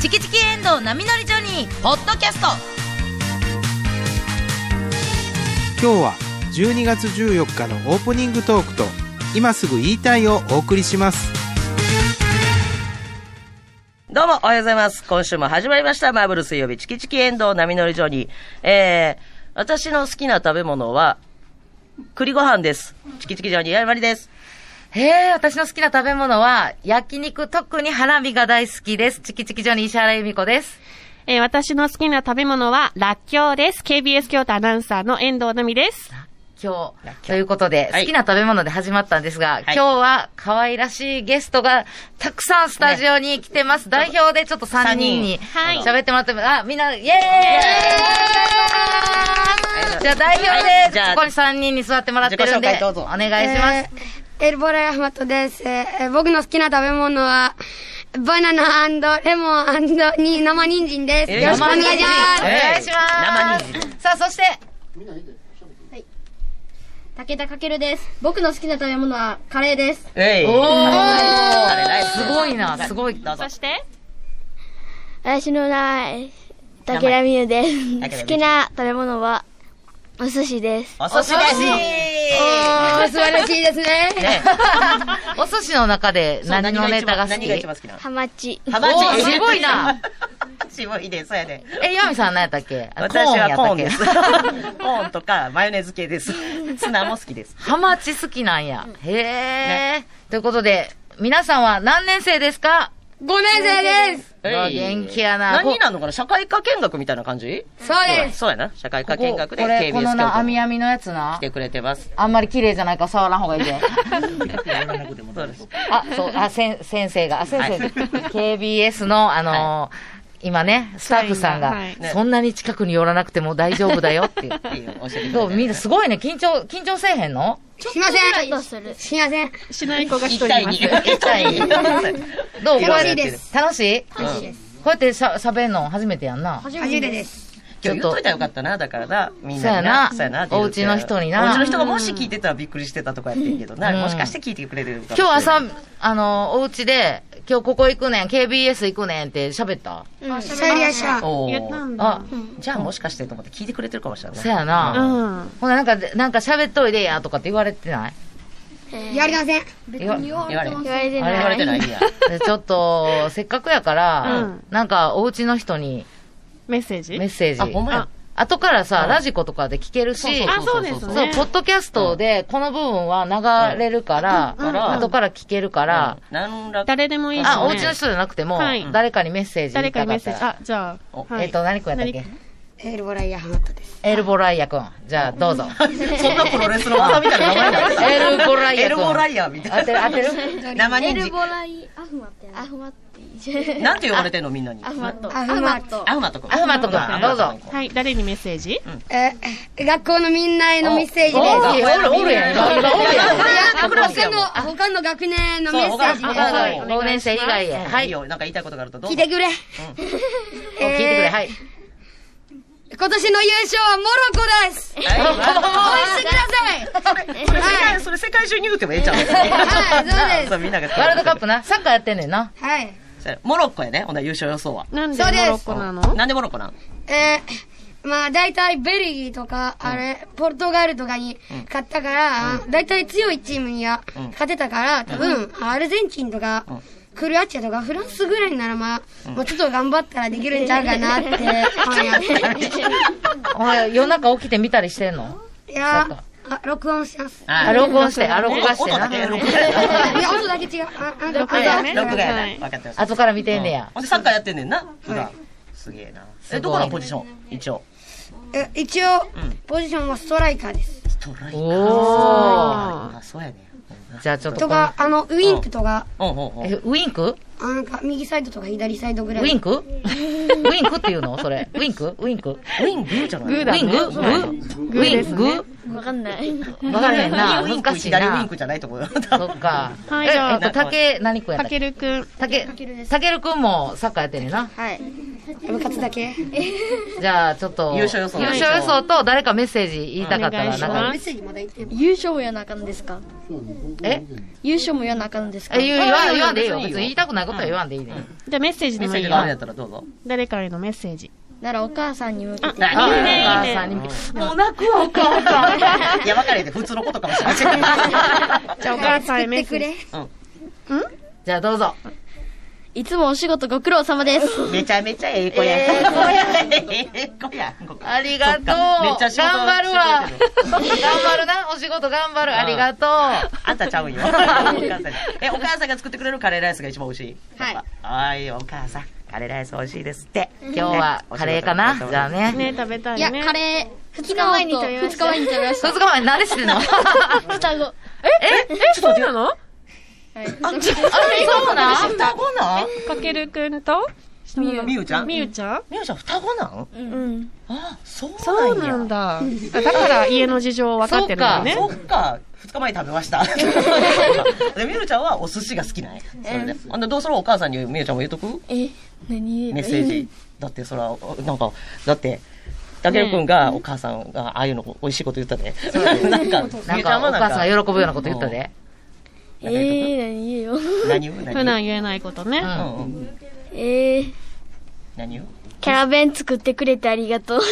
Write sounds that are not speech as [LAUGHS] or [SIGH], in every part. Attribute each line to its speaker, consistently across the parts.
Speaker 1: チキチキエンドウ波乗りジョニー」ポッドキャスト
Speaker 2: 今日は12月14日のオープニングトークと今すぐ言いたいをお送りします
Speaker 3: どうも、おはようございます。今週も始まりました。マーブル水曜日、チキチキエンドウ波乗りジョニー。えー、私の好きな食べ物は、栗ご飯です。チキチキジョニー、やりまりです。
Speaker 4: へえ、私の好きな食べ物は、焼肉、特にハラミが大好きです。チキチキジョニー石原由美子です。
Speaker 5: えー私の好きな食べ物は、らっきょうです。KBS 京都アナウンサーの遠藤奈美です。
Speaker 4: 今
Speaker 3: らっきょう
Speaker 4: 日、ということで、
Speaker 3: はい
Speaker 4: 好きな食べ物で始まったんですが、
Speaker 3: い
Speaker 4: 今日は可愛らしいゲストがたくさんスタジオに来てます。代表でちょっと3人に
Speaker 5: はい
Speaker 4: 喋ってもらっても、あ、みんな、イェーイじゃあ代表
Speaker 3: はい
Speaker 4: で、
Speaker 3: じゃあ
Speaker 4: ここに3人に座ってもらってるんで、
Speaker 3: 自己紹介どうぞ
Speaker 4: お願いします。
Speaker 6: エルボラヤハマトです、えー僕の好きな食べ物は、バナナレモンに生人参です。
Speaker 3: えー
Speaker 6: よろしくお願いしま
Speaker 4: お
Speaker 6: す。
Speaker 3: え
Speaker 4: 願いします。
Speaker 3: 生人
Speaker 4: さあ、そして、
Speaker 7: 武田かけるです。僕の好きな食べ物はカレーです。
Speaker 3: えい。
Speaker 4: おー
Speaker 3: あれライス
Speaker 4: すごいな、すごい。
Speaker 3: どうぞ
Speaker 5: そ。して、
Speaker 7: 私のない、武
Speaker 3: 田
Speaker 7: 田美優で
Speaker 3: 田美優
Speaker 7: す。好きな食べ物は、お寿司です。
Speaker 3: お寿司です。
Speaker 6: おー、素晴らしいですね。
Speaker 3: ね、
Speaker 4: お寿司の中で
Speaker 3: そう
Speaker 4: 何のネタが好
Speaker 3: 何
Speaker 4: き
Speaker 3: が一番好きなの
Speaker 7: ハマチ。
Speaker 3: ハ
Speaker 4: おーすごいな。
Speaker 3: [LAUGHS] 渋いです、そうやね。
Speaker 4: え、岩見さん何やったっけあ
Speaker 3: 私はコーン
Speaker 4: や
Speaker 3: で
Speaker 4: っ
Speaker 3: す。 [LAUGHS] コ
Speaker 4: たっ
Speaker 3: ーンとかマヨネーズ系です。ツナも好きです
Speaker 4: け。 [LAUGHS] ハマチ好きなんや。へえ、ということで、皆さんは何年生ですか
Speaker 6: 5年生です。
Speaker 4: うわ
Speaker 3: えい
Speaker 4: 元気やな
Speaker 3: 何になるのかな社会科見学みたいな感じ
Speaker 6: そうです。
Speaker 3: そうやな。社会科見学で
Speaker 4: こここ
Speaker 3: KBS
Speaker 4: れこのな、網
Speaker 3: 京
Speaker 4: 網のやつ
Speaker 3: 都
Speaker 4: な
Speaker 3: 来。てくれてます。
Speaker 4: あんまり綺麗じゃないから触らん方がいいで。
Speaker 3: そうです。
Speaker 4: あ、そう、あ、せん先生が、あ、先生、
Speaker 3: はい
Speaker 4: KBS の、あのー今ね、スタッフさんが、
Speaker 5: はい
Speaker 3: ね
Speaker 4: そんなに近くに寄らなくても大丈夫だよっていう。
Speaker 3: [LAUGHS] いいよ、教えてくれて
Speaker 4: どうみんなすごいね、緊張、緊張せえへんの
Speaker 6: すいません。
Speaker 7: どうする
Speaker 6: すいません。
Speaker 5: しない子が一人
Speaker 3: 一対
Speaker 5: います。
Speaker 3: 2。
Speaker 4: どう。
Speaker 3: 楽
Speaker 6: しいです
Speaker 4: 楽しいこ
Speaker 3: うん
Speaker 4: うやってしゃ、喋んの初めてやんな。
Speaker 6: 初めてです。
Speaker 3: 今日言っといたらよかったな、だからな、みんなに
Speaker 4: そうやな
Speaker 3: そうやって言
Speaker 4: お
Speaker 3: っ
Speaker 4: 家の
Speaker 3: て
Speaker 4: 人にな
Speaker 3: お家の人がもし聞いてたらびっくりしてたとかやってんけどな、
Speaker 4: うん
Speaker 3: もしかして聞いてくれてるかもしれ
Speaker 4: 今日
Speaker 3: ない
Speaker 4: 朝、あの、お家で、今日ここ行くねん、KBS 行くねんって喋った
Speaker 7: うん。
Speaker 6: しゃべりやした。
Speaker 3: お
Speaker 5: 言った
Speaker 3: ー
Speaker 5: んだ。
Speaker 4: あ、
Speaker 3: じゃあもしかしてと思って聞いてくれてるかもしれない。
Speaker 4: そやな。
Speaker 5: うん。
Speaker 4: ほな、なんか、なんか喋っといでや、とかって言われてない
Speaker 6: やりません。
Speaker 4: 言わ
Speaker 3: 言われてない。
Speaker 7: 言われてな
Speaker 4: あ
Speaker 7: い。
Speaker 3: 言われてないんや。
Speaker 4: でちょっと、せっかくやから、
Speaker 5: うん
Speaker 4: なんか、お家の人に
Speaker 5: メッセージ
Speaker 4: メッセージ。
Speaker 3: あ、ほんまや。
Speaker 4: 後からさ、
Speaker 3: うん
Speaker 4: ラジコとかで聞けるし、
Speaker 5: あ、そうです
Speaker 4: そう、
Speaker 5: ね。
Speaker 4: ポッドキャストで、この部分は流れるから、
Speaker 3: んうん
Speaker 4: 後から聞けるから、
Speaker 3: 何ら、
Speaker 5: 誰でもいいし、ね。
Speaker 4: あ、お家の人じゃなくても
Speaker 5: はい、
Speaker 4: 誰かにメッセージ言
Speaker 5: 誰
Speaker 4: い
Speaker 5: か
Speaker 4: た
Speaker 5: に
Speaker 4: か
Speaker 5: メ
Speaker 4: った
Speaker 5: ッセージ。あ
Speaker 4: ら。、
Speaker 5: じゃあ、
Speaker 3: お
Speaker 5: はい
Speaker 4: えっと、何君やったっけ
Speaker 5: 何
Speaker 6: エルボライヤハマトです。
Speaker 4: エルボライヤ君。じゃあ、どうぞ。
Speaker 3: そんなプロレスの技みたいな名前なんです
Speaker 4: エルゴライア
Speaker 3: エルゴライアみた
Speaker 4: 当
Speaker 3: い
Speaker 4: てる
Speaker 3: な。[LAUGHS]
Speaker 4: 当てる
Speaker 3: 生人参。
Speaker 7: ボライ、アフマってアフマっていいじゃん。
Speaker 3: なんて呼ばれてんのみんなに。
Speaker 7: アフマと。
Speaker 6: アフマと。
Speaker 3: アフマとか。
Speaker 4: アフマとか
Speaker 3: アフ
Speaker 4: どう
Speaker 3: マ
Speaker 4: ぞ
Speaker 3: とか
Speaker 5: はい、誰にメッセージ
Speaker 6: えー、学校のみんなへのメッセージです。
Speaker 4: おおるおるやん。今今おるやん。
Speaker 6: いや
Speaker 3: 学ラスや
Speaker 6: 他
Speaker 3: もん
Speaker 6: の、他の学年のメッセージ
Speaker 3: そう
Speaker 6: で
Speaker 3: 他の学年
Speaker 6: す。
Speaker 4: はい五年生以外へ。はい
Speaker 3: い
Speaker 4: い。お
Speaker 3: よ、なんか言いたいことがあるとどう
Speaker 6: 聞
Speaker 3: ぞ
Speaker 6: いてくれ。
Speaker 4: 聞いてくれ。はい。
Speaker 6: 今年の優勝はモロコです。応援してください。
Speaker 3: それ世界、それ世界中に言うてもええちゃうはい
Speaker 6: そうです
Speaker 3: そう、みんなが。
Speaker 4: ワールドカップな、サッカーやってんねんな。
Speaker 6: はい。
Speaker 3: そうモロッコやね、ほんなら優勝予想は。
Speaker 5: なんで
Speaker 6: そう
Speaker 5: モ
Speaker 6: です
Speaker 5: ロッコなの
Speaker 3: なんでモロッコなん
Speaker 6: えー、まあ大体ベルギーとか、あれ、ポルトガルとかに勝ったから、大体強いチームには
Speaker 3: ん
Speaker 6: 勝てたから、多分、アルゼンチンとか、クロアチアとかフランスぐらいならまあ、もうちょっと頑張ったらできるんちゃうかなって [LAUGHS] 思
Speaker 4: お前夜中起きて見たりしてんの
Speaker 6: いいや、あ、録音します。
Speaker 4: あ、
Speaker 3: あ、
Speaker 4: 録音して、あ、録画して
Speaker 3: 音だ
Speaker 4: な。
Speaker 3: け録画やな。
Speaker 6: いや、音だけ違う。あ、あ、
Speaker 5: 録画
Speaker 6: あ
Speaker 5: やね
Speaker 3: 録画や
Speaker 5: は
Speaker 3: ね。
Speaker 5: い
Speaker 3: 分かってます。
Speaker 4: 後から見てんねや。
Speaker 3: ほんでサッカーやってんねんな、普段。すげえな。え、どこのポジション一応。
Speaker 6: え一応、ポジションはストライカーです。
Speaker 3: ストライカー。
Speaker 4: おー。
Speaker 3: あ、そうやね。
Speaker 4: じゃあちょっと
Speaker 6: と。か、あの、ウインクとか、
Speaker 3: うんうんうん。
Speaker 4: え、ウインク
Speaker 6: あなんか、右サイドとか左サイドぐらい。
Speaker 4: ウイ
Speaker 3: [LAUGHS]
Speaker 4: ンクウインクっていうのそれ。ウインクウインク
Speaker 3: ウィングーじゃない
Speaker 5: グー
Speaker 4: ウ
Speaker 5: だね
Speaker 4: ィンググーウィング
Speaker 7: わかんない。
Speaker 4: わかれへんな。
Speaker 3: ウィン
Speaker 4: 難
Speaker 3: ク
Speaker 4: しい
Speaker 3: 左ウィン
Speaker 4: な
Speaker 3: ク。じゃないと思うよ。
Speaker 4: そっか。 [LAUGHS]
Speaker 5: はい
Speaker 4: え
Speaker 5: じゃあ
Speaker 4: えっと、竹、何くんやった
Speaker 5: た
Speaker 4: っけ
Speaker 5: けるくん。
Speaker 4: 竹、竹るくんもサッカーやってんねんな。
Speaker 7: はい。
Speaker 6: 部活だけ。
Speaker 4: じゃあ、ちょっと。
Speaker 3: 優勝予想
Speaker 4: 優勝予想と、誰かメッセージ言いたかった
Speaker 5: お願
Speaker 4: ら、
Speaker 5: いします
Speaker 4: なんか
Speaker 6: メッセージまだ言ってんの
Speaker 7: 優勝もやなあかんですか
Speaker 4: え
Speaker 7: 優勝もやなあかんですか
Speaker 4: え言う言わん言わんでいいよ。
Speaker 3: いいよ
Speaker 4: 別に言いたくないことは言わんでいいね。
Speaker 5: じゃあメッセージ
Speaker 3: メッ
Speaker 5: でも
Speaker 3: セー
Speaker 5: いい
Speaker 3: ジ
Speaker 5: よ
Speaker 3: があるんやったらどうぞ。
Speaker 5: 誰からへのメッセージ。
Speaker 7: ならお母さんに向けて
Speaker 5: あ、いいね、
Speaker 4: お
Speaker 5: い
Speaker 4: 母
Speaker 5: い
Speaker 4: さん
Speaker 5: ね。
Speaker 4: にもう泣くわ、お母さん。
Speaker 3: いや、分かれて普通のことかもしれないけ
Speaker 5: じゃあお母さんへメッセ
Speaker 6: く
Speaker 5: ージ。
Speaker 6: れ。
Speaker 3: ど。うん
Speaker 4: じゃあ、どうぞ。
Speaker 7: いつもお仕事ご苦労様です
Speaker 3: めちゃめちゃええ子や。ええ子 [LAUGHS] や。
Speaker 4: ありがと
Speaker 3: そ
Speaker 4: う。
Speaker 3: っかめっちゃ仕事
Speaker 4: 頑張る
Speaker 3: し
Speaker 4: わ。
Speaker 3: てくれ
Speaker 4: 頑張るな。お仕事頑張る。ありがとう。
Speaker 3: あんたちゃうんよ。お母さんに [LAUGHS] え、お母さんが作ってくれるカレーライスが一番美味しい。
Speaker 6: はい
Speaker 3: はい。お母さん、カレーライス美味しいですって。
Speaker 4: 今日はカレーかな。じゃあ。ね。
Speaker 5: ね、食べた
Speaker 7: いや
Speaker 5: いね。
Speaker 7: カレー二日前に食べました2日前に食べまし
Speaker 4: 二日前何してん [LAUGHS] の
Speaker 7: た双子
Speaker 4: ええそうなの
Speaker 3: あ、ちょっ
Speaker 4: あれ、そうなん
Speaker 3: 双子なん
Speaker 5: かけるくんと、
Speaker 3: みゆみゆちゃんみ
Speaker 5: みゆちゃん
Speaker 3: ゆちゃん双子なん
Speaker 5: うん。
Speaker 3: あ、そ
Speaker 5: そう
Speaker 3: うなん
Speaker 5: な
Speaker 3: や
Speaker 5: ん。だ。だから家の事情分かってるのね。
Speaker 3: そっか、二日前に食べました。で、みゆちゃんはお寿司が好きなんや。それで。あんたどうするお母さんにみゆちゃんも言うとく
Speaker 7: え何
Speaker 3: メッセージ。だって、そら、おなんか、だって、たけるくんが、お母さんが、ああいうの、美味しいこと言ったで。なんか、
Speaker 4: な
Speaker 3: みゆ
Speaker 4: ん
Speaker 3: ちゃ
Speaker 4: か、
Speaker 3: ん
Speaker 4: お
Speaker 3: はな
Speaker 4: 母
Speaker 3: ん
Speaker 4: さ
Speaker 3: か
Speaker 4: んが、喜ぶようなこと言った
Speaker 3: うん
Speaker 4: で。
Speaker 7: えー、何言えよ
Speaker 3: 何言う何
Speaker 5: 普
Speaker 3: 言
Speaker 5: 段言えないことね。
Speaker 4: うん
Speaker 3: ううんうん。
Speaker 7: えー、
Speaker 3: 何言う
Speaker 7: キャラ弁作ってくれてありがとう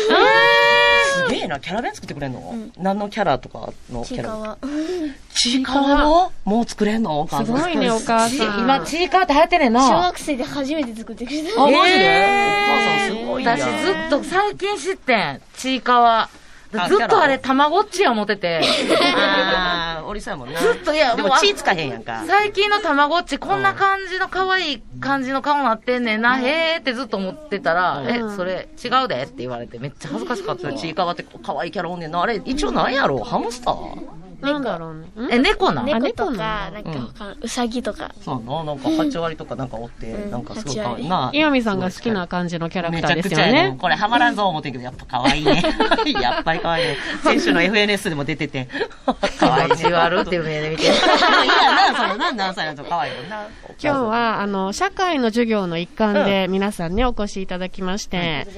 Speaker 3: すげえな、キャラ弁作ってくれんの何のキャラとかの
Speaker 7: ち
Speaker 3: キャ
Speaker 7: い
Speaker 3: ラ
Speaker 7: か
Speaker 3: 弁
Speaker 7: わ
Speaker 3: ちいかわのもう作れんのお母さん。
Speaker 5: すごいね、お母さん。
Speaker 4: 今、チーカーって流行ってねん
Speaker 7: 小
Speaker 4: な。
Speaker 7: 学生で初めて作ってくれた
Speaker 3: あ、マジでお
Speaker 4: えー
Speaker 3: 母さんすごいな。
Speaker 4: 私ずっと最近知ってん。ちいかわ。
Speaker 3: あ
Speaker 4: ずっとあれ、たまごっちや思って [LAUGHS] て。
Speaker 3: ああ、おりそうやもんな。
Speaker 4: ずっといや
Speaker 3: で
Speaker 4: も
Speaker 3: も
Speaker 4: うあ
Speaker 3: 血つかへんやんか。
Speaker 4: 最近のたまごっち、こんな感じの可愛い感じの顔なってんねんな、へーってずっと思ってたら、え、それ違うでって言われて、めっちゃ恥ずかしかったわ。
Speaker 3: ちいかわって可愛いキャラおんねんな。あれ、一応なんやろハムスター
Speaker 5: なんだろうね。ん
Speaker 4: え、猫なん
Speaker 7: 猫
Speaker 5: あ猫
Speaker 7: と
Speaker 5: な
Speaker 7: か、なんか他、うさぎとか。
Speaker 3: そうな、なんか8割とかなんかおって、なんかすごい可愛いな。
Speaker 5: 岩見さんが好きな感じのキャラク
Speaker 3: め
Speaker 5: タ
Speaker 3: ち
Speaker 5: ー
Speaker 3: ゃ
Speaker 5: で
Speaker 3: く
Speaker 5: す
Speaker 3: ち
Speaker 5: よ
Speaker 3: ゃやね
Speaker 5: ね。
Speaker 3: これハマらんぞ思ってんけど、やっぱ可愛い
Speaker 4: [LAUGHS]
Speaker 3: ね。やっぱり可愛いね。先週の FNS でも出て
Speaker 4: [LAUGHS]
Speaker 3: て。可愛い
Speaker 4: 気
Speaker 3: ね。
Speaker 4: 持ち悪っていう目で見て。
Speaker 3: でもいいやな、そのな、何歳なんと可愛いよな。
Speaker 5: 今日は、あの、社会の授業の一環で皆さんね、お越しいただきまして、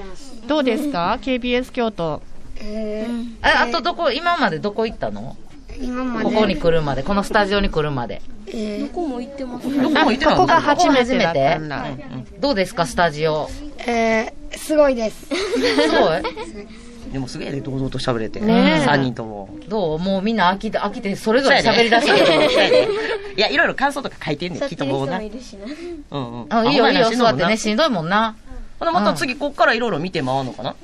Speaker 5: どうですか ?KBS 京都。
Speaker 6: えー
Speaker 4: え、あとどこ、今までどこ行ったの
Speaker 6: 今ま
Speaker 4: こ
Speaker 6: で。
Speaker 4: こに来るまで、このスタジオに来るまで。
Speaker 6: えー
Speaker 3: どこも行って
Speaker 5: ここが
Speaker 3: た
Speaker 5: 初めてだったんだ。
Speaker 4: どうですか、スタジオ。
Speaker 6: えー、すごいです。
Speaker 4: すごい
Speaker 3: でもすげえね、堂々と喋れて。
Speaker 5: ねえ
Speaker 3: 3人とも。
Speaker 4: どうもうみんな飽きて、飽きて、それぞ
Speaker 3: そう
Speaker 4: れ
Speaker 3: や
Speaker 4: [LAUGHS]
Speaker 3: ね
Speaker 4: 喋り出して
Speaker 3: そうや
Speaker 4: る。
Speaker 3: ねいや、いろいろ感想とか書いてんね
Speaker 7: 座
Speaker 3: ん、
Speaker 7: っ
Speaker 3: きってと
Speaker 7: る
Speaker 3: も
Speaker 7: 人
Speaker 3: うな
Speaker 7: も。いるしな。
Speaker 3: うんうん。
Speaker 4: あいいよ、いいよ、座ってね、
Speaker 3: し。
Speaker 4: しんどいもんな。
Speaker 3: ほな、また次、こっからいろいろ見て回るのかな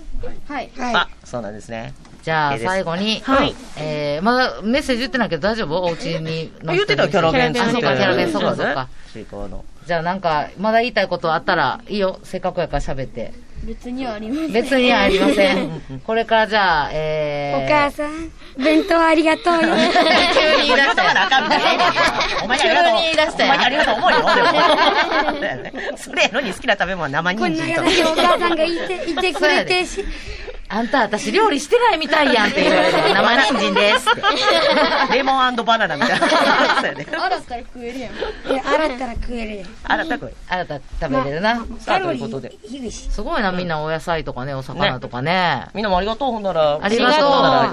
Speaker 7: はい。
Speaker 6: はい。
Speaker 3: あ、そうなんですね。
Speaker 4: じゃ
Speaker 3: いい
Speaker 4: あ、
Speaker 3: です
Speaker 4: 最後に、
Speaker 5: はい
Speaker 4: えー、まだメッセージ言ってないけど大丈夫お家にの人に。
Speaker 3: あ言ってたよキャラ弁
Speaker 4: あ
Speaker 3: 作
Speaker 4: そ
Speaker 3: っ
Speaker 4: う
Speaker 3: て
Speaker 4: か、キャラ弁、そうか、そう
Speaker 3: ね
Speaker 4: か。
Speaker 3: ちいかわの。
Speaker 4: じゃあ、なんか、まだ言いたいことあったら、いいよ、せっかくやから喋って。
Speaker 7: 別にはありません。
Speaker 4: 別にありません。 [LAUGHS] これからじゃあ、えー、
Speaker 6: [LAUGHS] お母さん、弁当ありがとう
Speaker 4: [LAUGHS]
Speaker 6: よ。
Speaker 4: 急に言い出し
Speaker 3: 言わなあ
Speaker 4: た
Speaker 3: かんみたいなお前にありがとう。
Speaker 4: 急に言い出した
Speaker 3: お
Speaker 4: よ
Speaker 3: 前にありがとう思うよ。で
Speaker 4: [LAUGHS]
Speaker 3: もそれやのに好きな食べ物は生
Speaker 6: こん
Speaker 3: 人
Speaker 6: な
Speaker 3: 参
Speaker 6: 中
Speaker 3: と。
Speaker 6: だけお母さんがいて、いてくれてし、
Speaker 4: あんた、私料理してないみたいやんって言われて、生人参ですって。
Speaker 3: レモンバナナみたいな。そう
Speaker 4: [LAUGHS]
Speaker 3: やね。
Speaker 7: 洗ったら食えるやん。
Speaker 6: いや洗ったら食えるで。
Speaker 3: あらたく。
Speaker 4: 新た食べれるな。
Speaker 3: さあ、ということで。
Speaker 6: いいし。
Speaker 4: すごいな、みんなお野菜とかね、お魚とかね。
Speaker 3: みんなもありがとう、ほんなら。
Speaker 4: ありがとう
Speaker 3: ほんなら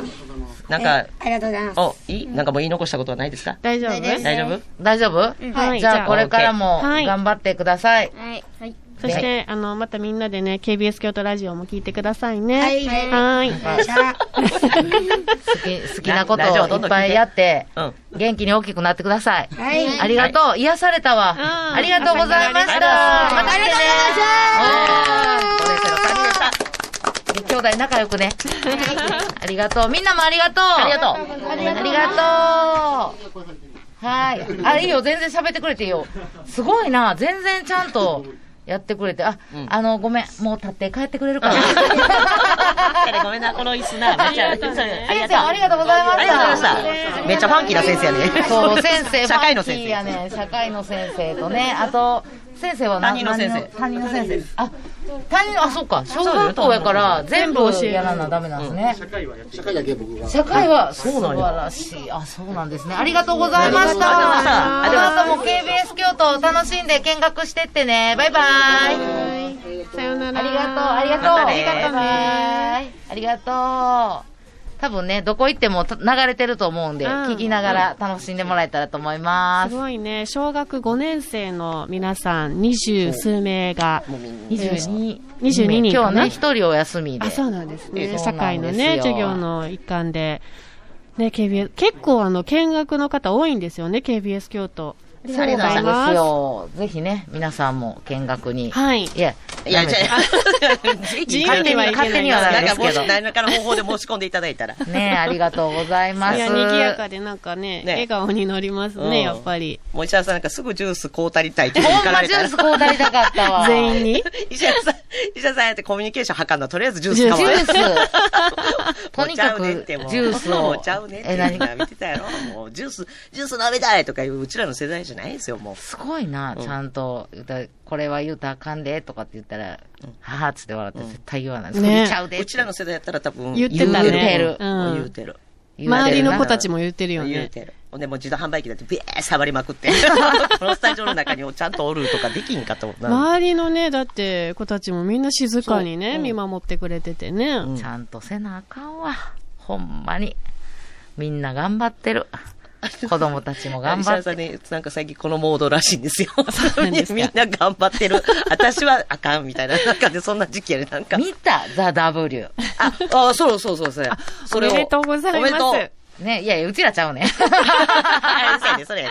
Speaker 3: なんか
Speaker 6: え、ありがとうございます。
Speaker 3: お、いいなんかもう言い残したことはないですか
Speaker 5: 大丈夫
Speaker 3: 大丈夫
Speaker 4: 大丈夫、
Speaker 5: はい
Speaker 4: じゃあ、これからも
Speaker 5: はい
Speaker 4: 頑張ってください。
Speaker 7: はい。はい。
Speaker 5: そして、あの、またみんなでね、KBS 京都ラジオも聞いてくださいね。
Speaker 6: はいはい
Speaker 5: はい。
Speaker 6: じゃあ、
Speaker 4: 好き好きなこと
Speaker 3: ラジオど
Speaker 4: を
Speaker 3: んどん聞
Speaker 4: いっ
Speaker 3: いて
Speaker 4: ぱいやって、
Speaker 3: [LAUGHS] うん。
Speaker 4: 元気に大きくなってください。
Speaker 6: はい。
Speaker 4: ありがとう、癒されたわ、
Speaker 5: ん
Speaker 4: ありがとうございました。
Speaker 5: あ
Speaker 4: また来てね。
Speaker 3: お
Speaker 4: お
Speaker 3: 姉さんの三人でした。
Speaker 4: ー兄弟仲良くね。 [LAUGHS] ありがとう。みんなもありがとう。あ
Speaker 3: ありがとう。
Speaker 4: ありがとう。はい。あ、いいよ。全然喋ってくれていいよ。すごいな。全然ちゃんとやってくれて。あ、
Speaker 3: ん
Speaker 4: あの、ごめん。もう立って帰ってくれ
Speaker 3: [LAUGHS]
Speaker 4: るから。
Speaker 3: ごめんな、この椅子な。めっちゃ、ありがとうござい
Speaker 4: 先生、ありがとうございました。
Speaker 3: ました。めっちゃファンキーな先生やね。
Speaker 4: そう、先
Speaker 3: [LAUGHS]
Speaker 4: 生、
Speaker 3: 社会の
Speaker 4: ファン
Speaker 3: 先
Speaker 4: キーや
Speaker 3: 生。
Speaker 4: ね。社会の先生とね。あと、先生は
Speaker 3: 担任の先生
Speaker 4: 担任の先生。あ、担任の、あ、そうか。小学校やから全部教えやらなダメなんですね。社会は、社会だけ僕が。社会は素晴らしい。あ、そうなんですね。ありがとうございました。
Speaker 3: あ
Speaker 4: あ
Speaker 3: りが
Speaker 4: なたも KBS 京都を楽しんで見学してってね。バイバイ。
Speaker 5: さようなら。
Speaker 4: ありがとう、ありがとう。
Speaker 3: またね
Speaker 4: ありがとうね。ありがとう。多分ね、どこ行ってもた流れてると思うんで、
Speaker 5: うん
Speaker 4: 聞きながら楽しんでもらえたらと思いますす。
Speaker 5: ごいね、小学5年生の皆さん、二十数名が、
Speaker 4: 22
Speaker 5: 22人
Speaker 4: 今
Speaker 5: か
Speaker 4: 日
Speaker 5: な
Speaker 4: ね、一人お休みで。
Speaker 5: あ、そうなんです
Speaker 4: ええ
Speaker 5: ね。
Speaker 4: そう
Speaker 5: 社
Speaker 4: な
Speaker 5: 会
Speaker 4: んで
Speaker 5: の
Speaker 4: すよ
Speaker 5: ね、授業の一環で。ね、KBS、結構あの、見学の方多いんですよね、KBS 京都。あり
Speaker 4: そうなんですよ。ぜひね、皆さんも見学に。
Speaker 5: はい
Speaker 4: い [LAUGHS] や、
Speaker 3: いや、じゃあ、
Speaker 4: [LAUGHS]
Speaker 5: 自由にはいけない
Speaker 4: 勝手にはな
Speaker 3: ないん
Speaker 4: で
Speaker 3: か
Speaker 4: す
Speaker 3: も
Speaker 4: け
Speaker 3: し
Speaker 4: ど。ね
Speaker 3: 何かの方法で申し込んでいただいた
Speaker 4: [LAUGHS]
Speaker 3: ら。
Speaker 4: ありがとうございます。
Speaker 5: いや、賑やかでなんかね、
Speaker 3: ね
Speaker 5: 笑顔になります
Speaker 3: うん
Speaker 5: ね、やっぱり。
Speaker 3: もう石原さんなんかすぐジュース買うたりたいって言いに行
Speaker 4: ほん
Speaker 3: か
Speaker 4: ま
Speaker 3: れ
Speaker 4: ジュ
Speaker 3: た
Speaker 4: ー
Speaker 3: ら
Speaker 4: ス。こうなりたかったわ。
Speaker 5: 全員に。
Speaker 3: 石原さん、石原さんやってコミュニケーションはかんな。とり
Speaker 4: [LAUGHS]
Speaker 3: あえずジュース
Speaker 4: ジ
Speaker 3: 買
Speaker 4: ュ
Speaker 3: わ
Speaker 4: ー
Speaker 3: ない
Speaker 4: ス。
Speaker 3: [LAUGHS]
Speaker 4: と
Speaker 3: もう
Speaker 4: に
Speaker 3: ちゃ
Speaker 4: か
Speaker 3: う
Speaker 4: く、
Speaker 3: ね
Speaker 4: ジ
Speaker 3: ってもう
Speaker 4: ュース
Speaker 3: も
Speaker 4: を。
Speaker 3: うちゃうねって
Speaker 4: え、
Speaker 3: み
Speaker 4: 何
Speaker 3: んな見てたやろもうジュース、ジュース飲みたいとかいううちらの世代じゃないですよ、もう。
Speaker 4: すごいな、ちゃんと言うたら、これは言うたらあかんで、とかって言ったら、ははっつって笑って絶対言わない。それ
Speaker 5: ね
Speaker 4: ちゃうで。
Speaker 3: うちらの世代やったら多分
Speaker 5: 言って
Speaker 3: 言
Speaker 5: たね
Speaker 3: うてる。
Speaker 5: うん
Speaker 3: もう言うてる。
Speaker 4: 言うてるな
Speaker 5: 周りの子たちも言ってるよ
Speaker 3: 言う
Speaker 5: ね。
Speaker 3: てる。ほんで、もう自動販売機だってビー触りまく
Speaker 4: [LAUGHS]
Speaker 3: って。このスタジオの中にちゃんとおるとかできんかと思った。
Speaker 5: 周りのね、だって子たちもみんな静かに
Speaker 3: そう
Speaker 5: ね、
Speaker 3: うん
Speaker 5: 見守ってくれててね。
Speaker 3: ん
Speaker 4: ちゃんとせなあかんわ。ほんまに。みんな頑張ってる。子供たちも頑
Speaker 3: 石
Speaker 4: 張
Speaker 3: 原
Speaker 4: っ
Speaker 3: さ
Speaker 4: て
Speaker 3: んね、なんか最近このモードらしいんですよ。
Speaker 5: そうなんですか
Speaker 3: [LAUGHS] みんな頑張ってる。私はあかんみたいな。なんかで、そんな時期やね、なんか。
Speaker 4: 見た、ザ・ W。
Speaker 3: あ、あ、そうそうそうそう。それを
Speaker 5: おめでとうございます
Speaker 3: おめでとう [LAUGHS]
Speaker 4: ね、いや、うちらちゃうね。
Speaker 3: あそうやね、そ
Speaker 5: [LAUGHS]
Speaker 3: れ。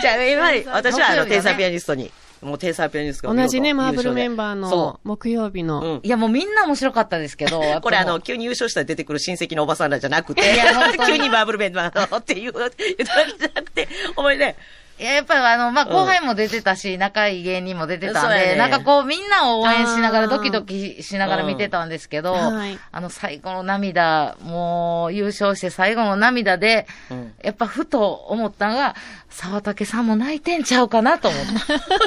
Speaker 3: じゃあ、今まで、私はあの、
Speaker 4: 木曜日だね
Speaker 3: 天才ピアニストに、もう天才ピアニストが見
Speaker 5: 同
Speaker 3: 事
Speaker 5: じね、マーブ
Speaker 3: 優
Speaker 5: ル
Speaker 3: 勝で
Speaker 5: メンバーの
Speaker 3: そ
Speaker 5: 木曜日
Speaker 3: う。う
Speaker 5: の。
Speaker 3: ん。
Speaker 4: [LAUGHS] いや、もうみんな面白かったですけど、やっぱ
Speaker 3: これあ
Speaker 4: も
Speaker 3: の、
Speaker 4: う、
Speaker 3: 急に優勝したら出てくる親戚のおばさんらじゃなくて
Speaker 4: いや本当、
Speaker 3: [LAUGHS]
Speaker 4: に
Speaker 3: 急にマーブルメンバーのっていう、言ったわけじゃなくて、お前ね、
Speaker 4: いや、やっぱりあの、まあ、
Speaker 3: うん
Speaker 4: 後輩も出てたし、仲いい芸人も出てたん
Speaker 3: そうや
Speaker 4: で、
Speaker 3: ね
Speaker 4: なんかこう、みんなを応援しなが
Speaker 5: あ
Speaker 4: ら、
Speaker 5: ー
Speaker 4: ドキドキしながら見てたんですけど、
Speaker 5: うんはい
Speaker 4: あの、最後の涙、もう、優勝して最後の涙で、
Speaker 3: うん
Speaker 4: やっぱふと思ったのが、沢竹さんも泣いてんちゃうかなと
Speaker 3: [LAUGHS]
Speaker 4: 思っ